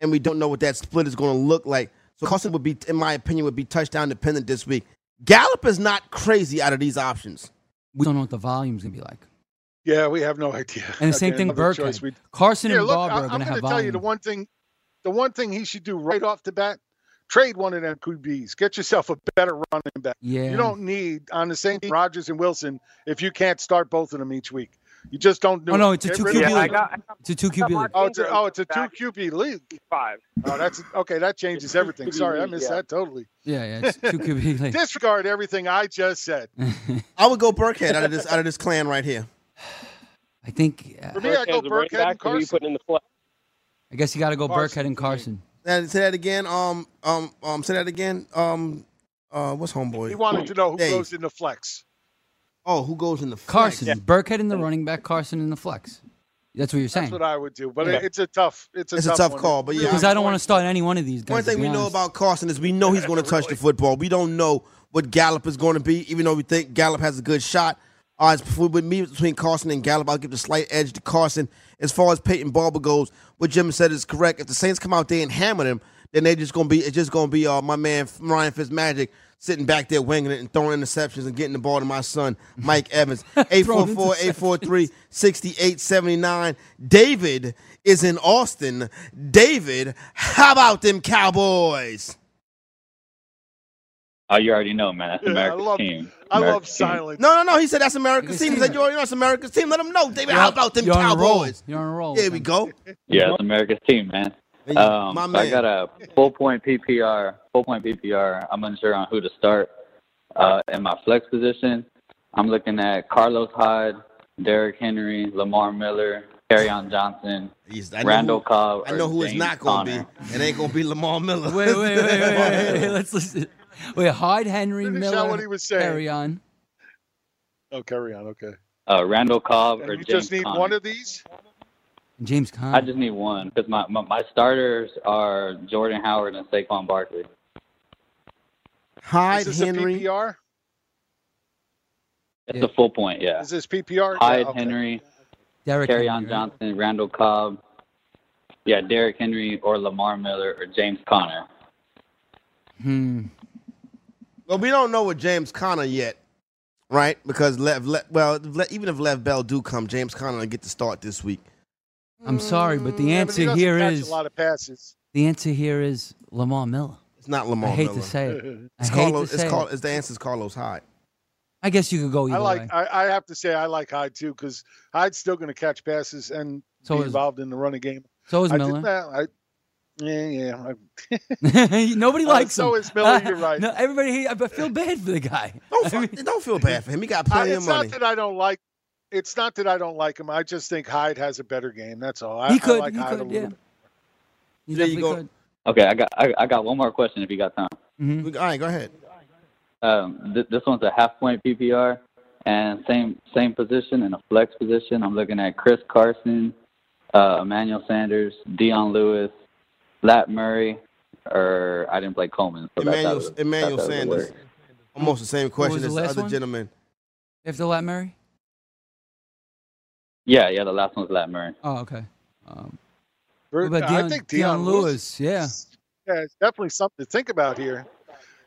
and we don't know what that split is going to look like. So Carson would be, in my opinion, would be touchdown dependent this week. Gallup is not crazy out of these options. we don't know what the volume's gonna be like. Yeah, we have no idea. And the same thing another Burkhead. choice we- Carson Here, and look, Barber I- are I'm gonna have tell you the volume. one thing, the one thing he should do right off the bat: trade one of them QBs. Get yourself a better running back. Yeah. You don't need on the same team Rodgers and Wilson if you can't start both of them each week. You just don't do. Oh, it. no, it's a Get two rid of QB them. league. It's a two QB league. Oh, it's a, oh, it's a two QB league. Five. Oh, that's okay. That changes everything. Sorry, I missed Yeah. that totally. Yeah, yeah, it's two QB league. Disregard everything I just said. I would go Burkhead out of this out of this clan right here. I think. uh, For me, I go Burkhead and Carson. in the flex. I guess you got to go Carson Burkhead and Carson. And say that again. Um, um, um, say that again. Um, uh, what's homeboy? He wanted to know who Dave. goes in the flex. Oh, who goes in the flex? Carson, Burkhead in the running back, Carson in the flex. That's what you're saying. That's what I would do. But Yeah. it it's a tough. It's a It's a tough, tough one. call, but yeah, because I don't want to start any one of these guys. One thing to be we know honest. about Carson is we know he's going to touch the football. We don't know what Gallup is going to be, even though we think Gallup has a good shot. Uh, it's before- with me between Carson and Gallup, I'll give the slight edge to Carson. As far as Peyton Barber goes, what Jim said is correct. If the Saints come out there and hammer them, then they're just going to be it's just going to be uh, my man Ryan Fitzmagic sitting back there winging it and throwing interceptions and getting the ball to my son Mike Evans. 844-843-6879. David is in Austin. David, how about them Cowboys? Oh, you already know, man. That's America's team. America's team. No, no, no. He said that's America's team. He said, you already know it's America's team. Let them know, David. You're How on- about them you're on a roll. Cowboys? You're on a roll. There we go. Yeah, it's America's team, man. Hey, Um, my so I man. got a full point PPR. Full point PPR. I'm unsure on who to start uh, in my flex position. I'm looking at Carlos Hyde, Derrick Henry, Lamar Miller, Carryon Johnson, I know Randall who- Cobb. I know who it's not going to be. It ain't going to be Lamar Miller. Wait, wait, wait, wait, wait, wait, wait. Let's listen. Wait, Hyde, Henry, Finish out Miller, what he was saying. carry on. Oh, carry on. Okay. Uh, Randall Cobb And or you James just need Conner. one of these. James Conner. I just need one because my, my my starters are Jordan Howard and Saquon Barkley. Hyde, Is this Henry. a PPR? It's a full point, yeah. Is this PPR? Hyde, Yeah, okay. Henry, Derrick Carry Henry, on right? Johnson, Randall Cobb. Yeah, Derrick Henry or Lamar Miller or James Conner. Hmm. Well, we don't know with James Conner yet, right? Because Lev, Le- well, Le- even if Lev Bell do come, James Conner will get to start this week. I'm sorry, but the Yeah, but answer he doesn't here catch is a lot of passes. the answer here is Lamar Miller. It's not Lamar I hate Miller. to say it. I It's hate Carlos. to It's say Carl, it. it's the answer is Carlos Hyde. I guess you could go either I way. like. I, I have to say, I like Hyde too because Hyde's still going to catch passes and So be is- involved in the running game. so is I did Miller. that, I, yeah, yeah. I, Nobody Uh, likes so him. is Miller, you're right. No, everybody. hate- I feel bad for the guy. Don't fu- don't feel bad for him. He got I- plenty it's of money. not that I don't like. It's not that I don't like him. I just think Hyde has a better game. That's all. I, He could, I like he Hyde a could, little yeah. bit. there you go. Okay, I got I, I got one more question if you got time. Mm-hmm. We- All right, go ahead. Um, th- this one's a half point PPR and same same position in a flex position. I'm looking at Chris Carson, uh, Emmanuel Sanders, Dion Lewis, Lat Murray, or I didn't play Coleman. So that's out Emmanuel, of the- Emmanuel that's out of the Sanders. work. Almost the same question was as the the last other one? gentleman. If the Lat Murray? Yeah, yeah. The last one's Lat Murray. Oh, okay. Um, Ver- what about I Deion- think Deion Deion Lewis? Yeah. Yeah, it's definitely something to think about here.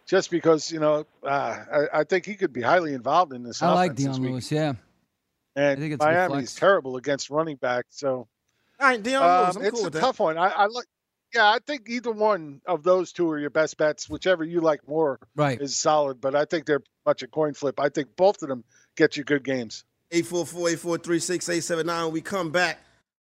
Just because you know, uh, I, I think he could be highly involved in this. I like offense this Deion week. Lewis. Yeah. And think it's a good Miami's flex. terrible against running back. So, um, all right, Deion Lewis, I'm it's cool a with that. tough one. I, I like. Yeah, I think either one of those two are your best bets. Whichever you like more Right. is solid. But I think they're much a coin flip. I think both of them get you good games. 844-843-6879. When we come back,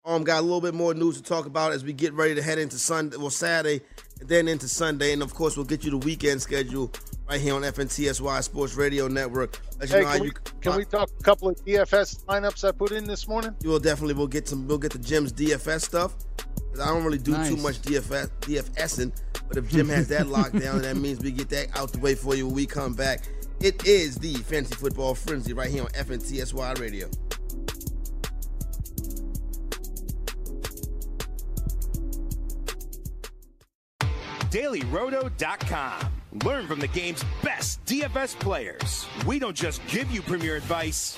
um, got a little bit more news to talk about as we get ready to head into Sunday, well, Saturday, and then into Sunday. And, of course, we'll get you the weekend schedule right here on FNTSY Sports Radio Network. Let you Hey, know how can we, you, uh, can we talk a couple of DFS lineups I put in this morning? you will definitely we'll get some we'll get the Jim's DFS stuff. 'Cause I don't really do too Nice. much DFS DFSing, but if Jim has that locked down, that means we get that out the way for you when we come back. It is the Fantasy Football Frenzy right here on FNTSY Radio. DailyRoto.com. Learn from the game's best DFS players. We don't just give you premier advice,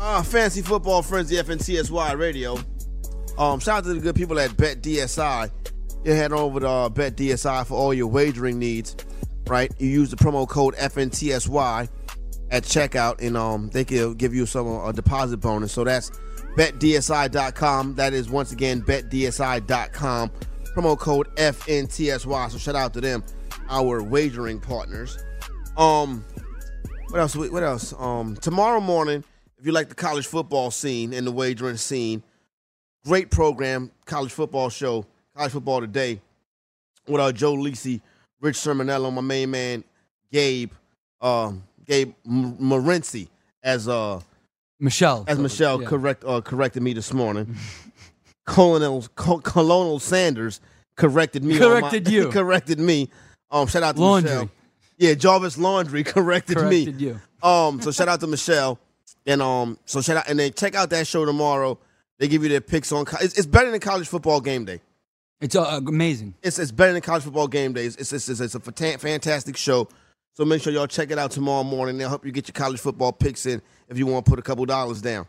Ah, Fancy Football Frenzy FNTSY Radio. Um, shout out to the good people at Bet DSI. You head over to uh, Bet DSI for all your wagering needs, right? You use the promo code FNTSY at checkout, and um, they can give you some uh, a deposit bonus. So that's betdsi.com. That is once again betdsi.com. Promo code FNTSY. So shout out to them, our wagering partners. Um, what else? What else? Um, tomorrow morning, if you like the college football scene and the wagering scene, great program, college football show, college football today, with our Joe Lisi, Rich Sermonello, my main man, Gabe, um, Gabe M- Morency as uh Michelle. as Michelle Yeah. correct uh, corrected me this morning. Colonel Co- Colonel Sanders corrected me. on my- Corrected you. corrected me. Um, shout out to Laundry. Michelle. Yeah, Jarvis Laundry corrected, me. Corrected you. Um, so shout out to Michelle, and um, so shout out, and then check out that show tomorrow. They give you their picks on. co- It's, it's better than college football game day. It's uh, amazing. It's it's better than college football game day. It's it's, it's, it's a fanta- fantastic show. So make sure y'all check it out tomorrow morning. They'll help you get your college football picks in if you want to put a couple dollars down.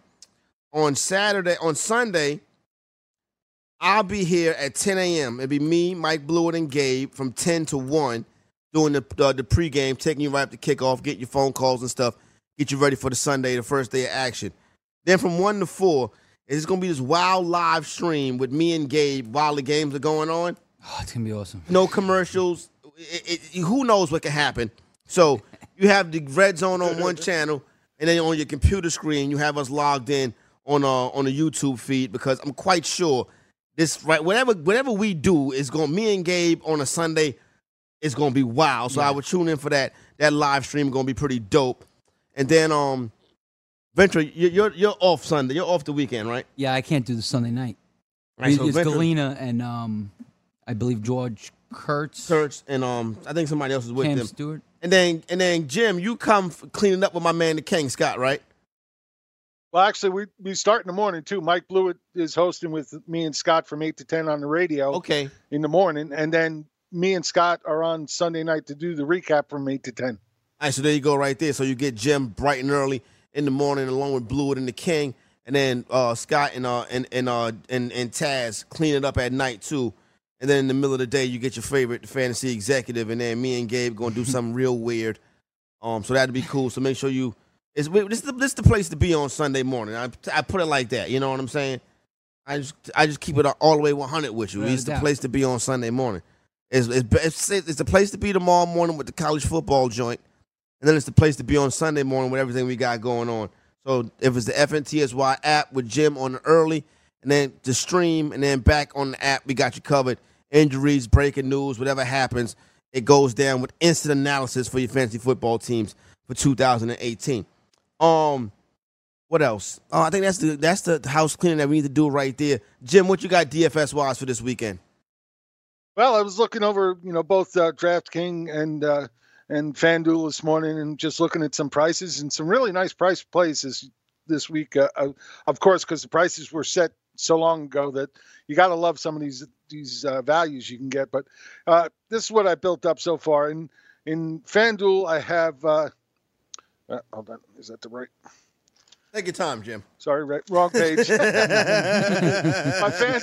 On Saturday, on Sunday, I'll be here at 10 a.m. It'll be me, Mike Blewett, and Gabe from 10 to 1 doing the, uh, the pregame, taking you right up to kickoff, get your phone calls and stuff, get you ready for the Sunday, the first day of action. Then from 1 to 4, it's going to be this wild live stream with me and Gabe while the games are going on Oh, it's gonna be awesome. no commercials. It, it, who knows what can happen? So you have the red zone on one channel, and then on your computer screen you have us logged in on uh on the YouTube feed because I'm quite sure this right whatever whatever we do is going to me and Gabe on a Sunday is going to be wild. So I would tune in for that. That live stream going to be pretty dope. And then um, Venture, you- you're you're off Sunday. You're off the weekend, right? Yeah, I can't do the Sunday night. Right, so it's Venture- Galena and um, I believe George Kurtz, Church, and um, I think somebody else is with Cam them. Stewart. And then and then Jim, you come f- cleaning up with my man the King Scott, right? Well, actually, we, we start in the morning too. Mike Blewett is hosting with me and Scott from eight to ten on the radio Okay. in the morning, and then me and Scott are on Sunday night to do the recap from eight to ten. All right, so there you go, right there. So you get Jim bright and early in the morning, along with Blewett and the King, and then uh, Scott and uh and and uh and, and Taz clean it up at night too. And then in the middle of the day, you get your favorite fantasy executive, and then me and Gabe gonna do something real weird. Um, so that'd be cool. So make sure you. It's, wait, this is the, this is the place to be on Sunday morning. I, I put it like that. You know what I'm saying? I just I just keep it all the way 100 with you. Without It's a the doubt. place to be on Sunday morning. It's it's it's, it's the place to be tomorrow morning with the college football joint, and then it's the place to be on Sunday morning with everything we got going on. So if it's the FNTSY app with Jim on the early, and then the stream, and then back on the app, we got you covered. Injuries, breaking news, whatever happens, it goes down with instant analysis for your fantasy football teams for 2018. Um, What else? Oh, I think that's the that's the house cleaning that we need to do right there. Jim, what you got DFS wise for this weekend? Well, I was looking over, you know, both uh, DraftKings and uh, and FanDuel this morning, and just looking at some prices and some really nice price plays this this week. Uh, uh, of course, because the prices were set so long ago that you got to love some of these these uh, values you can get. But uh, this is what I built up so far. In in FanDuel, I have. Uh, uh, hold on, is that the right? Take your time, Jim. Sorry, right, wrong page. my fan,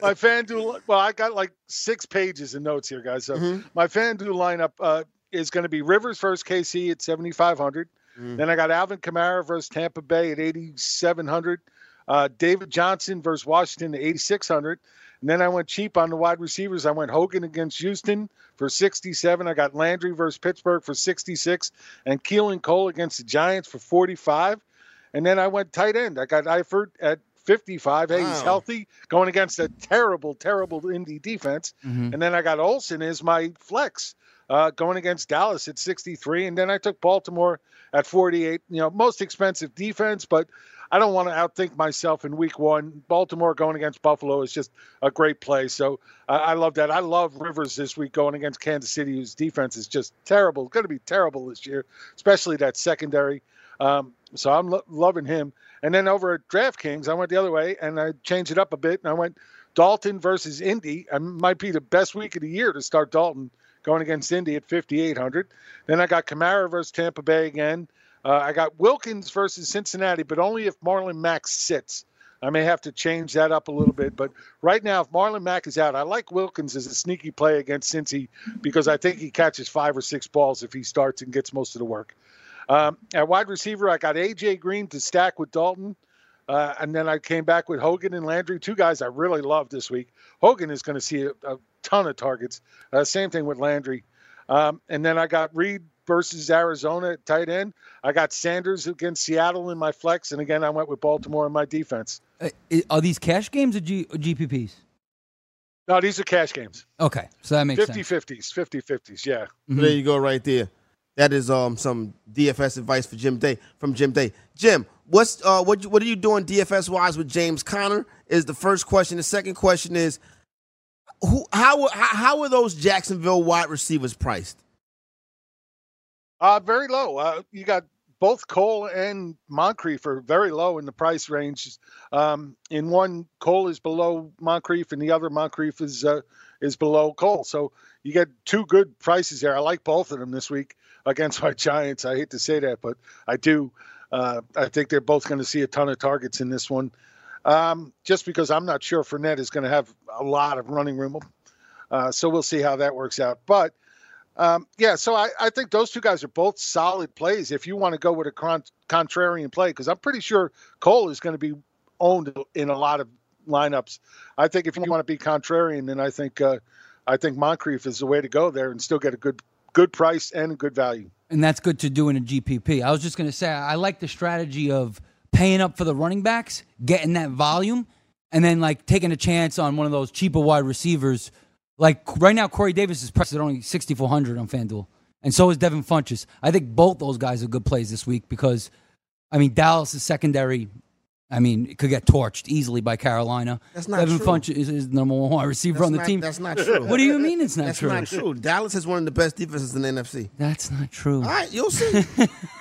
my FanDuel. Well, I got like six pages of notes here, guys. So Mhm. my FanDuel lineup uh, is going to be Rivers versus KC at 7,500. Mm. Then I got Alvin Kamara versus Tampa Bay at 8,700. Uh, David Johnson versus Washington at 8,600. And then I went cheap on the wide receivers. I went Hogan against Houston for 67. I got Landry versus Pittsburgh for 66. And Keelan Cole against the Giants for 45. And then I went tight end. I got Eifert at 55. Hey, he's Wow. healthy, going against a terrible, terrible Indy defense. Mhm. And then I got Olson as my flex, uh, going against Dallas at 63. And then I took Baltimore at 48. You know, most expensive defense, but I don't want to outthink myself in week one. Baltimore going against Buffalo is just a great play. So uh, I I love that. I love Rivers this week going against Kansas City, whose defense is just terrible, going to be terrible this year, especially that secondary. Um, so I'm lo- loving him. And then over at DraftKings, I went the other way and I changed it up a bit and I went Dalton versus Indy. It might be the best week of the year to start Dalton going against Indy at 5,800. Then I got Kamara versus Tampa Bay again. Uh, I got Wilkins versus Cincinnati, but only if Marlon Mack sits. I may have to change that up a little bit, but right now, if Marlon Mack is out, I like Wilkins as a sneaky play against Cincy because I think he catches five or six balls if he starts and gets most of the work. Um, at wide receiver, I got AJ Green to stack with Dalton, uh, and then I came back with Hogan and Landry, two guys I really love this week. Hogan is going to see a, a ton of targets. Uh, same thing with Landry, um, and then I got Reed versus Arizona at tight end. I got Sanders against Seattle in my flex, and again I went with Baltimore in my defense. Uh, i- are these cash games or, G- or GPPs? No, these are cash games. Okay, so that makes 50 sense. Mm-hmm. 50s, 50 50s, yeah. So there you go, right there. That is um some DFS advice for Jim Day from Jim Day. Jim, what's uh what you- what are you doing DFS wise with James Conner? Is the first question. The second question is, who how were- how, how are those Jacksonville wide receivers priced? Uh, very low. Uh, you got both Cole and Moncrief are very low in the price range. Um, in one, Cole is below Moncrief, and the other, Moncrief is uh, is below Cole. So you get two good prices there. I like both of them this week against my Giants. I hate to say that, but I do. Uh, I think they're both going to see a ton of targets in this one, um, just because I'm not sure Fournette is going to have a lot of running room. Uh, so we'll see how that works out. But um, yeah, so I, I think those two guys are both solid plays if you want to go with a con- contrarian play, because I'm pretty sure Cole is going to be owned in a lot of lineups. I think if you want to be contrarian, then I think uh, I think Moncrief is the way to go there and still get a good good price and a good value. And that's good to do in a GPP. I was just going to say, I like the strategy of paying up for the running backs, getting that volume, and then like taking a chance on one of those cheaper wide receivers. Like right now, Corey Davis is priced at only 6,400 on FanDuel, and so is Devin Funches. I think both those guys are good plays this week because, I mean, Dallas' secondary, I mean, it could get torched easily by Carolina. That's not Devin true. Funches is, is the number one wide receiver That's on the not- team. That's not true. What do you mean it's not that's true? not true. Dallas has one of the best defenses in the NFC. That's not true. All right, you'll see.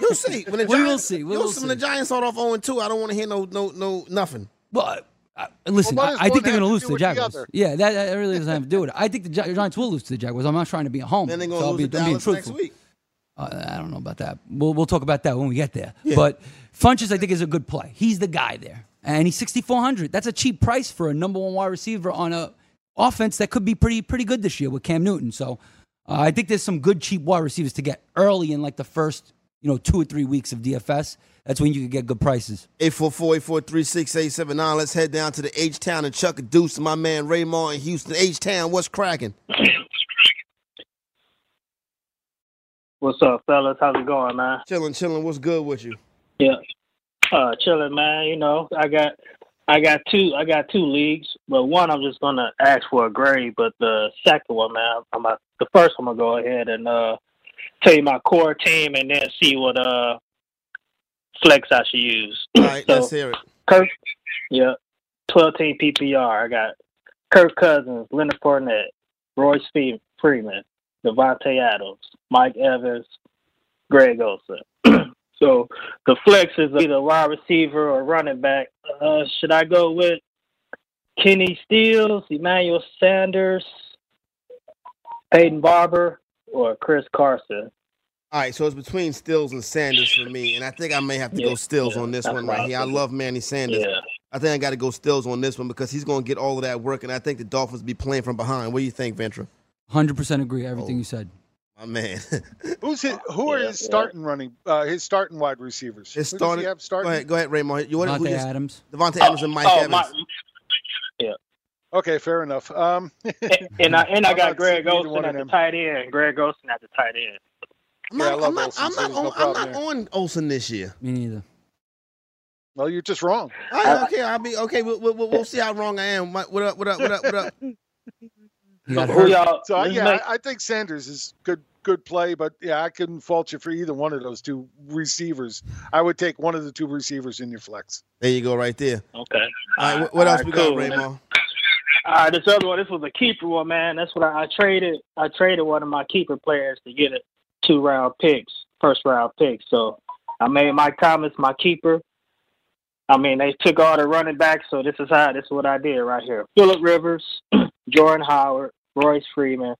You'll see. When the We will Giants, see. We you'll will When the see. Giants start off 0 2, I don't want to hear no no no nothing. Well, I- I, Uh, listen, Well, one I, is I think one they're going has to lose to to do the with the Jaguars. other. yeah, that, that really doesn't have to do with it. I think the Gi- Giants will lose to the Jaguars. I'm not trying to be a home. Then they're gonna so I'll lose be, to I'm being Dallas next truthful. week. Uh, I don't know about that. We'll, we'll talk about that when we get there. But Funches, I think, is a good play. He's the guy there, and he's 6,400. That's a cheap price for a number one wide receiver on a offense that could be pretty pretty good this year with Cam Newton. So uh, I think there's some good cheap wide receivers to get early in like the first you know two or three weeks of DFS. That's when you can get good prices. 844-843-6879. Let's head down to the H Town and Chuck a Deuce, my man Raymond in Houston. H Town, what's cracking? What's up, fellas? How's it going, man? Chilling, chilling. What's good with you? Yeah. Uh, chilling, man. You know, I got, I got two, I got two leagues, but one I'm just gonna ask for a grade, but the second one, man, I'm about, the first one I'm gonna go ahead and uh tell you my core team, and then see what uh flex I should use. All right, let's hear it. Kirk, yeah, twelve team PPR. I got Kirk Cousins, Leonard Fournette, Royce Fee- Freeman, Devontae Adams, Mike Evans, Greg Olson. so the flex is either wide receiver or running back. Uh, should I go with Kenny Steeles, Emmanuel Sanders, Peyton Barber, or Chris Carson? All right, so it's between Stills and Sanders for me, and I think I may have to go Yeah, Stills yeah, on this that's one what right I here. I think. love Manny Sanders. Yeah. I think I got to go Stills on this one because he's going to get all of that work, and I think the Dolphins be playing from behind. What do you think, Ventra? Hundred percent agree Oh. everything you said. My man, Who's his, who are his starting running? Uh, his starting wide receivers. it's who does he starting. have Go starting? ahead, go ahead, Raymond. You Devontae Adams, Devontae Adams, and Mike oh, Evans. my- Yeah. Okay, fair enough. Um, And I and I I'm got not Greg seeing either Olson one of at the them. tight end. Greg Olson at the tight end. I'm Yeah, I not, love I'm not, Olsen, I'm so not there's no on, I'm problem not on Olsen this year. Me neither. Well, you're just wrong. All right, okay, I'll be okay. We'll, we'll, we'll see how wrong I am. What what up? What up? What up? What up? got hurt. So Let's yeah, make- I I think Sanders is good good play, but yeah, I couldn't fault you for either one of those two receivers. I would take one of the two receivers in your flex. There you go, right there. Okay. All right, wh- what else we got, Raymond? Raymond? All right, this other one, this was a keeper one, man. That's what I, I traded. I traded one of my keeper players to get a two round picks, first round pick. So I made Mike Thomas my keeper. I mean, they took all the running backs, so this is how this is what I did right here. Phillip Rivers, Jordan Howard, Royce Freeman,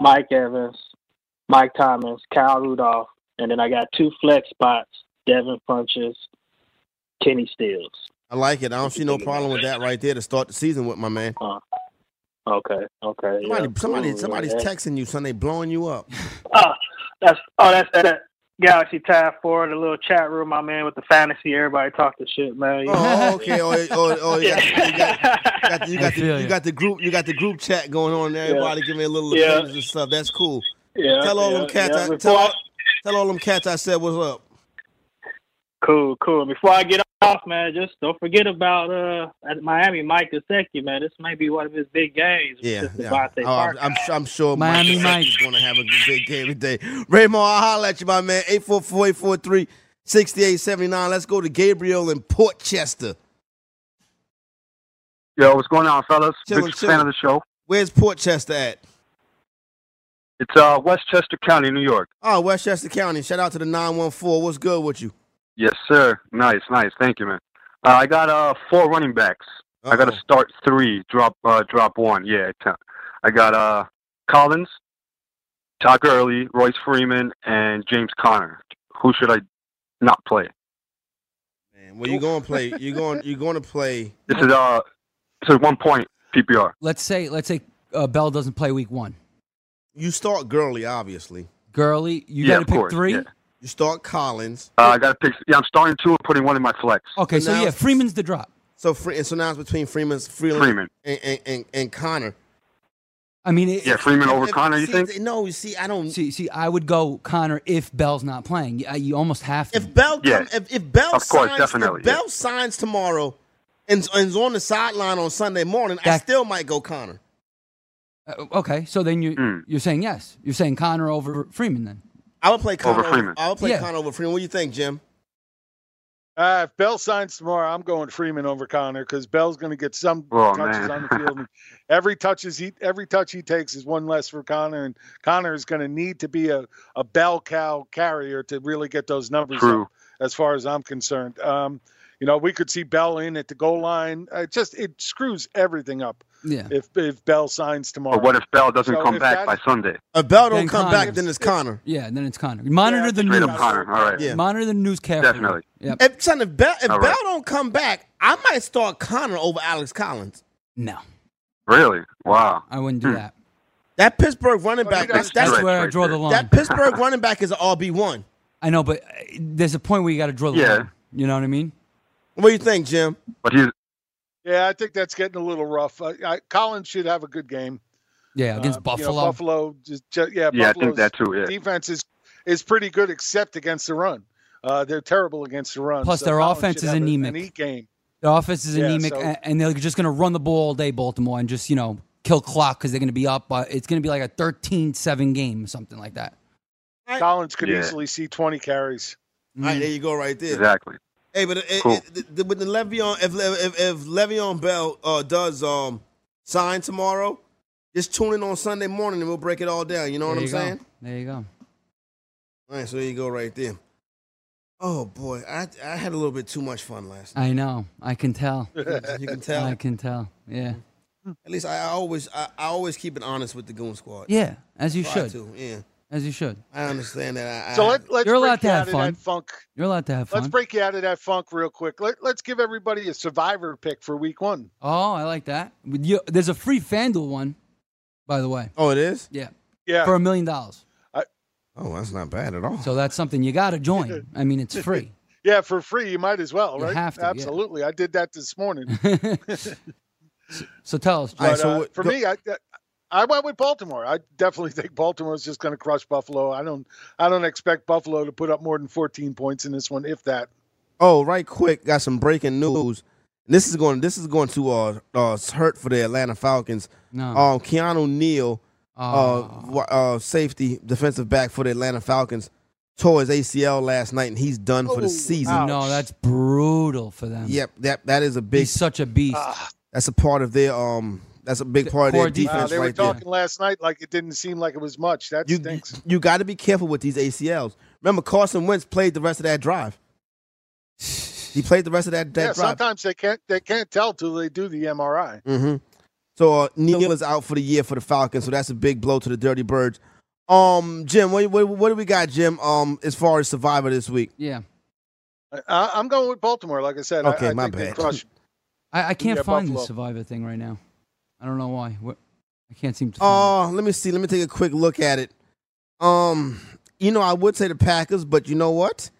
Mike Evans, Mike Thomas, Kyle Rudolph, and then I got two flex spots, Devin Funches, Kenny Steele. I like it. I don't see no problem with that right there to start the season with my man. Okay, okay. Uh, yeah, Somebody, somebody, cool, somebody's yeah. texting you, son. They blowing you up. Oh, that's oh, that's that Galaxy Tab Four, the little chat room I'm in with the fantasy. Everybody talking shit, man. You Oh, okay. Oh, oh, oh, you got- you got- you got the- you I got the- feel you ya. got the group. You got the group chat going on. and Everybody giving a little Yeah. opinions and stuff. That's cool. Yeah, Tell all them yeah, cats. yeah, I, before tell, all, I- tell all them cats. I said what's up. Cool, cool. Before I get off, man, just don't forget about uh at Miami Mike Gesicki, man. This may be one of his big games. Yeah, This is yeah. Devontae Oh, I'm, Parker. I'm, I'm sure Miami Miami Mike is going to have a good big game today. Raymond, I'll holler at you, my man. 844-843-6879. Let's go to Gabriel in Port Chester. Yo, what's going on, fellas? Chillin', Big fan chillin'. of the show. Where's Port Chester at? It's uh, Westchester County, New York. Oh, Westchester County. Shout out to the 914. What's good with you? Yes, sir. Nice, nice. Thank you, man. Uh, I got uh four running backs. I got to start three, drop uh, drop one. Yeah, t- I got uh Collins, Todd Gurley, Royce Freeman, and James Conner. Who should I not play? Man, well, you're going to play. You're going you're going to play. This is uh, this is one point PPR. Let's say let's say uh, Bell doesn't play week one. You start Gurley, obviously. Gurley, you got Yeah, to of pick course, three. yeah. You start Collins. Uh, I got to pick. Yeah, I'm starting two and putting one in my flex. Okay, so now- yeah, Freeman's the drop. So free, and so now it's between Freeman's Freeland Freeman. And, and, and, and Connor. I mean, it, Yeah, Freeman over Connor, you See, think? No, you see, I don't. See, see, I would go Connor if Bell's not playing. You, you almost have to. If Bell, yeah. if, if Bell Of course, signs, definitely, if Bell signs tomorrow and, and is on the sideline on Sunday morning, I still might go Connor. Uh, okay, so then you you're saying yes. You're saying Connor over Freeman then. I would play Connor. Freeman. I would play Yeah. Connor over Freeman. What do you think, Jim? Uh, if Bell signs tomorrow, I'm going Freeman over Connor because Bell's going to get some Oh, touches man. on the field. And every touches he every touch he takes is one less for Connor, and Connor is going to need to be a, a bell cow carrier to really get those numbers True. up. As far as I'm concerned, um, you know we could see Bell in at the goal line. Uh, It just it screws everything up. Yeah. If if Bell signs tomorrow, But what if Bell doesn't So come if back that- by Sunday? If Bell don't Then come Connor. back, then it's Connor. Yeah, then it's Connor. Monitor the news. Straight up Connor. All right. Monitor the news carefully. Definitely. Yep. If, son, if Bell, if All Bell right. don't come back, I might start Connor over Alex Collins. No, Really? Wow. I wouldn't do that. That Pittsburgh running back. that's- that's, that's, that's where I draw the line. That Pittsburgh running back is an RB one. I know, but uh, there's a point where you got to draw the Yeah. line. You know what I mean? What do you think, Jim? But he's Yeah, I think that's getting a little rough. I, I, Collins should have a good game. yeah against Uh, you know, Buffalo. Buffalo, just, ju- yeah, Yeah, I Buffalo's think that too, yeah. Defense is is pretty good except against the run. Uh, they're terrible against the run. Plus, so their Collins offense should is have a- anemic. An eight game. The offense is Yeah, anemic, so- a- and they're just going to run the ball all day, Baltimore, and just you know kill clock because they're going to be up. Uh, it's going to be like a 13-7 game, something like that. Collins could Yeah. easily see twenty carries. All right, there you go, right there. Exactly. Hey, but it, Cool. it, the, with the Le'Veon, if Le- if, if Le'Veon Bell uh, does um sign tomorrow, just tune in on Sunday morning and we'll break it all down. You know what There I'm you go. saying? There you go. All right, so there you go, right there. Oh boy, I I had a little bit too much fun last I know. I can tell. night. you can tell. I can tell. Yeah. Uh-huh. At least I, I always I, I always keep it honest with the Goon Squad. Yeah, as you Try should. to, yeah, As you should. I understand Uh, that. I, So I- let, let's You're break allowed to you have out fun. of that funk. You're allowed to have fun. Let's break you out of that funk real quick. Let, let's give everybody a survivor pick for week one. Oh, I like that. With you- There's a free FanDuel one, by the way. Oh, it is. Yeah. Yeah. For a million dollars. Oh, that's not bad at all. So that's something you got to join. I mean, it's free. Yeah, for free, you might as well, You right? have to, yeah. Absolutely. I did that this morning. So tell us. But, Jack. uh, for me, I, I went with Baltimore. I definitely think Baltimore's just going to crush Buffalo. I don't, I don't expect Buffalo to put up more than 14 points in this one, if that. Oh, right quick, got some breaking news. This is going this is going to uh, uh hurt for the Atlanta Falcons. No. Uh, Keanu Neal, uh, Oh. wa- uh safety defensive back for the Atlanta Falcons tore his ACL last night and he's done Oh, for the season. No, that's brutal for them. Yep, that that is a big He's such a beast. Ah. that's a part of their um that's a big part of core their defense. defense Uh, they were right there. talking last night like it didn't seem like it was much. That stinks. You got to be careful with these ACLs. Remember Carson Wentz played the rest of that drive. He played the rest of that, that yeah, drive. sometimes they can't they can't tell till they do the MRI. Mm-hmm. So uh, Neil is out for the year for the Falcons, so that's a big blow to the Dirty Birds. Um, Jim, what, what, what do we got, Jim? Um, as far as Survivor this week, Yeah. I, I- I'm going with Baltimore. Like I said, I- Okay, I, my think they bad. crush. I, I can't Yeah, find the Buffalo. Survivor thing right now. I don't know why. What, I can't seem to. Oh, let me see. Let me take a quick look at it. Um, you know, I would say the Packers, but you know what?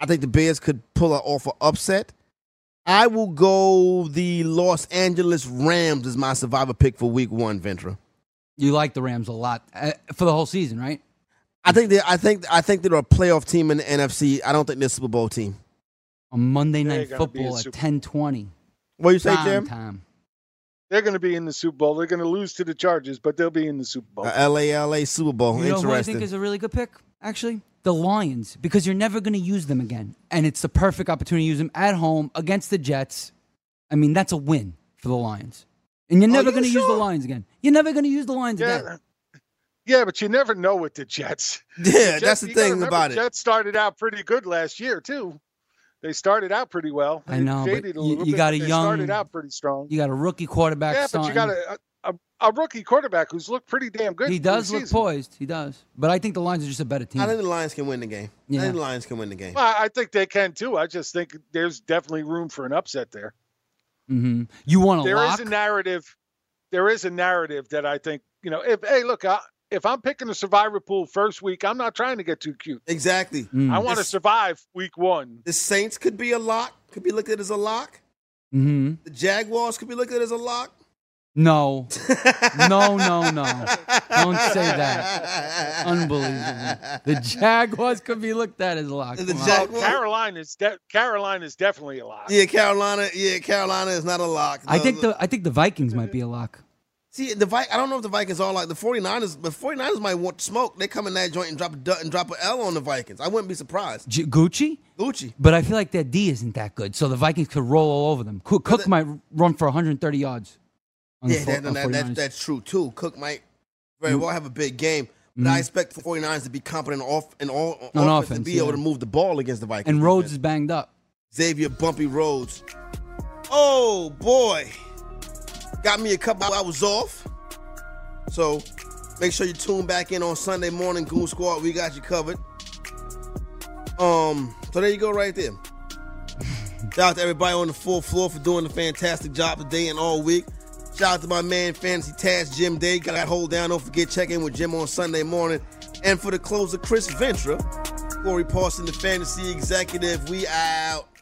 I think the Bears could pull a- off an upset. I will go the Los Angeles Rams as my survivor pick for Week One, Ventra. You like the Rams a lot uh, for the whole season, right? I think they, I think I think they're a playoff team in the NFC. I don't think they're a Super Bowl team. On Monday They're Night gonna be a Football at Super- ten twenty. What you say, Prime Jim? Time. They're going to be in the Super Bowl. They're going to lose to the Chargers, but they'll be in the Super Bowl. Uh, A LA LA Super Oh, Bowl. You know who I Interesting. think is a really good pick, actually? The Lions, because you're never going to use them again. And it's the perfect opportunity to use them at home against the Jets. I mean, that's a win for the Lions. And you're Are never you going to use the sure? Lions again. You're never going to use the Lions yeah, again. yeah, but you never know with the Jets. yeah, that's Jets- the you gotta thing remember, about it. Jets started out pretty good last year too. They started out pretty well. I They know, but faded you- a little you bit, got but a they young- started out pretty strong. You got a rookie quarterback yeah, but you starting. got a, a a rookie quarterback who's looked pretty damn good. he for the does look season. poised. He does. But I think the Lions are just a better team. I think the Lions can win the game. I Yeah. think the Lions can win the game. Well, I I think they can too. I just think there's definitely room for an upset there. hmm You want to There is lock? a narrative. There is a narrative that I think you know. If hey, look, I, if I'm picking a survivor pool first week, I'm not trying to get too cute. Exactly. Mm. I want to This- survive week one. The Saints could be a lock. Could be looked at as a lock. hmm The Jaguars could be looked at as a lock. No. no, no, no. Don't say that. Unbelievable. The Jaguars could be looked at as a lock. The Come on. Jag- Well, Carolina's de- Carolina's definitely a lot. Yeah, Carolina. Yeah, Carolina is not a lock. I think the I think the Vikings might be a lock. see the Vi- I don't know if the Vikings are like the 49ers, but 49ers might want smoke. They come in that joint and drop a du- and drop an L on the Vikings. I wouldn't be surprised. J- Gucci, Gucci. but I feel like their D isn't that good, so the Vikings could roll all over them. Cook, Cook might run for 130 yards. on the Yeah, fo- that, on that, that, 49ers. that's true too. Cook might very Mm. well have a big game, but I expect the 49ers to be competent off and all on Mm-hmm. On offense, offense, to be yeah. able to move the ball against the Vikings. and Rhodes is defense. banged up. Xavier Bumpy Rhodes. Oh boy, got me a couple hours off. So make sure you tune back in on Sunday morning, Goon Squad. We got you covered. Um, so there you go, right there. Shout out to everybody on the fourth floor for doing a fantastic job today and all week. Shout out to my man Fantasy Task Jim Day. Got that hold down. Don't forget check in with Jim on Sunday morning. And for the closer, Chris Ventra, Corey Parson, the fantasy executive. We out.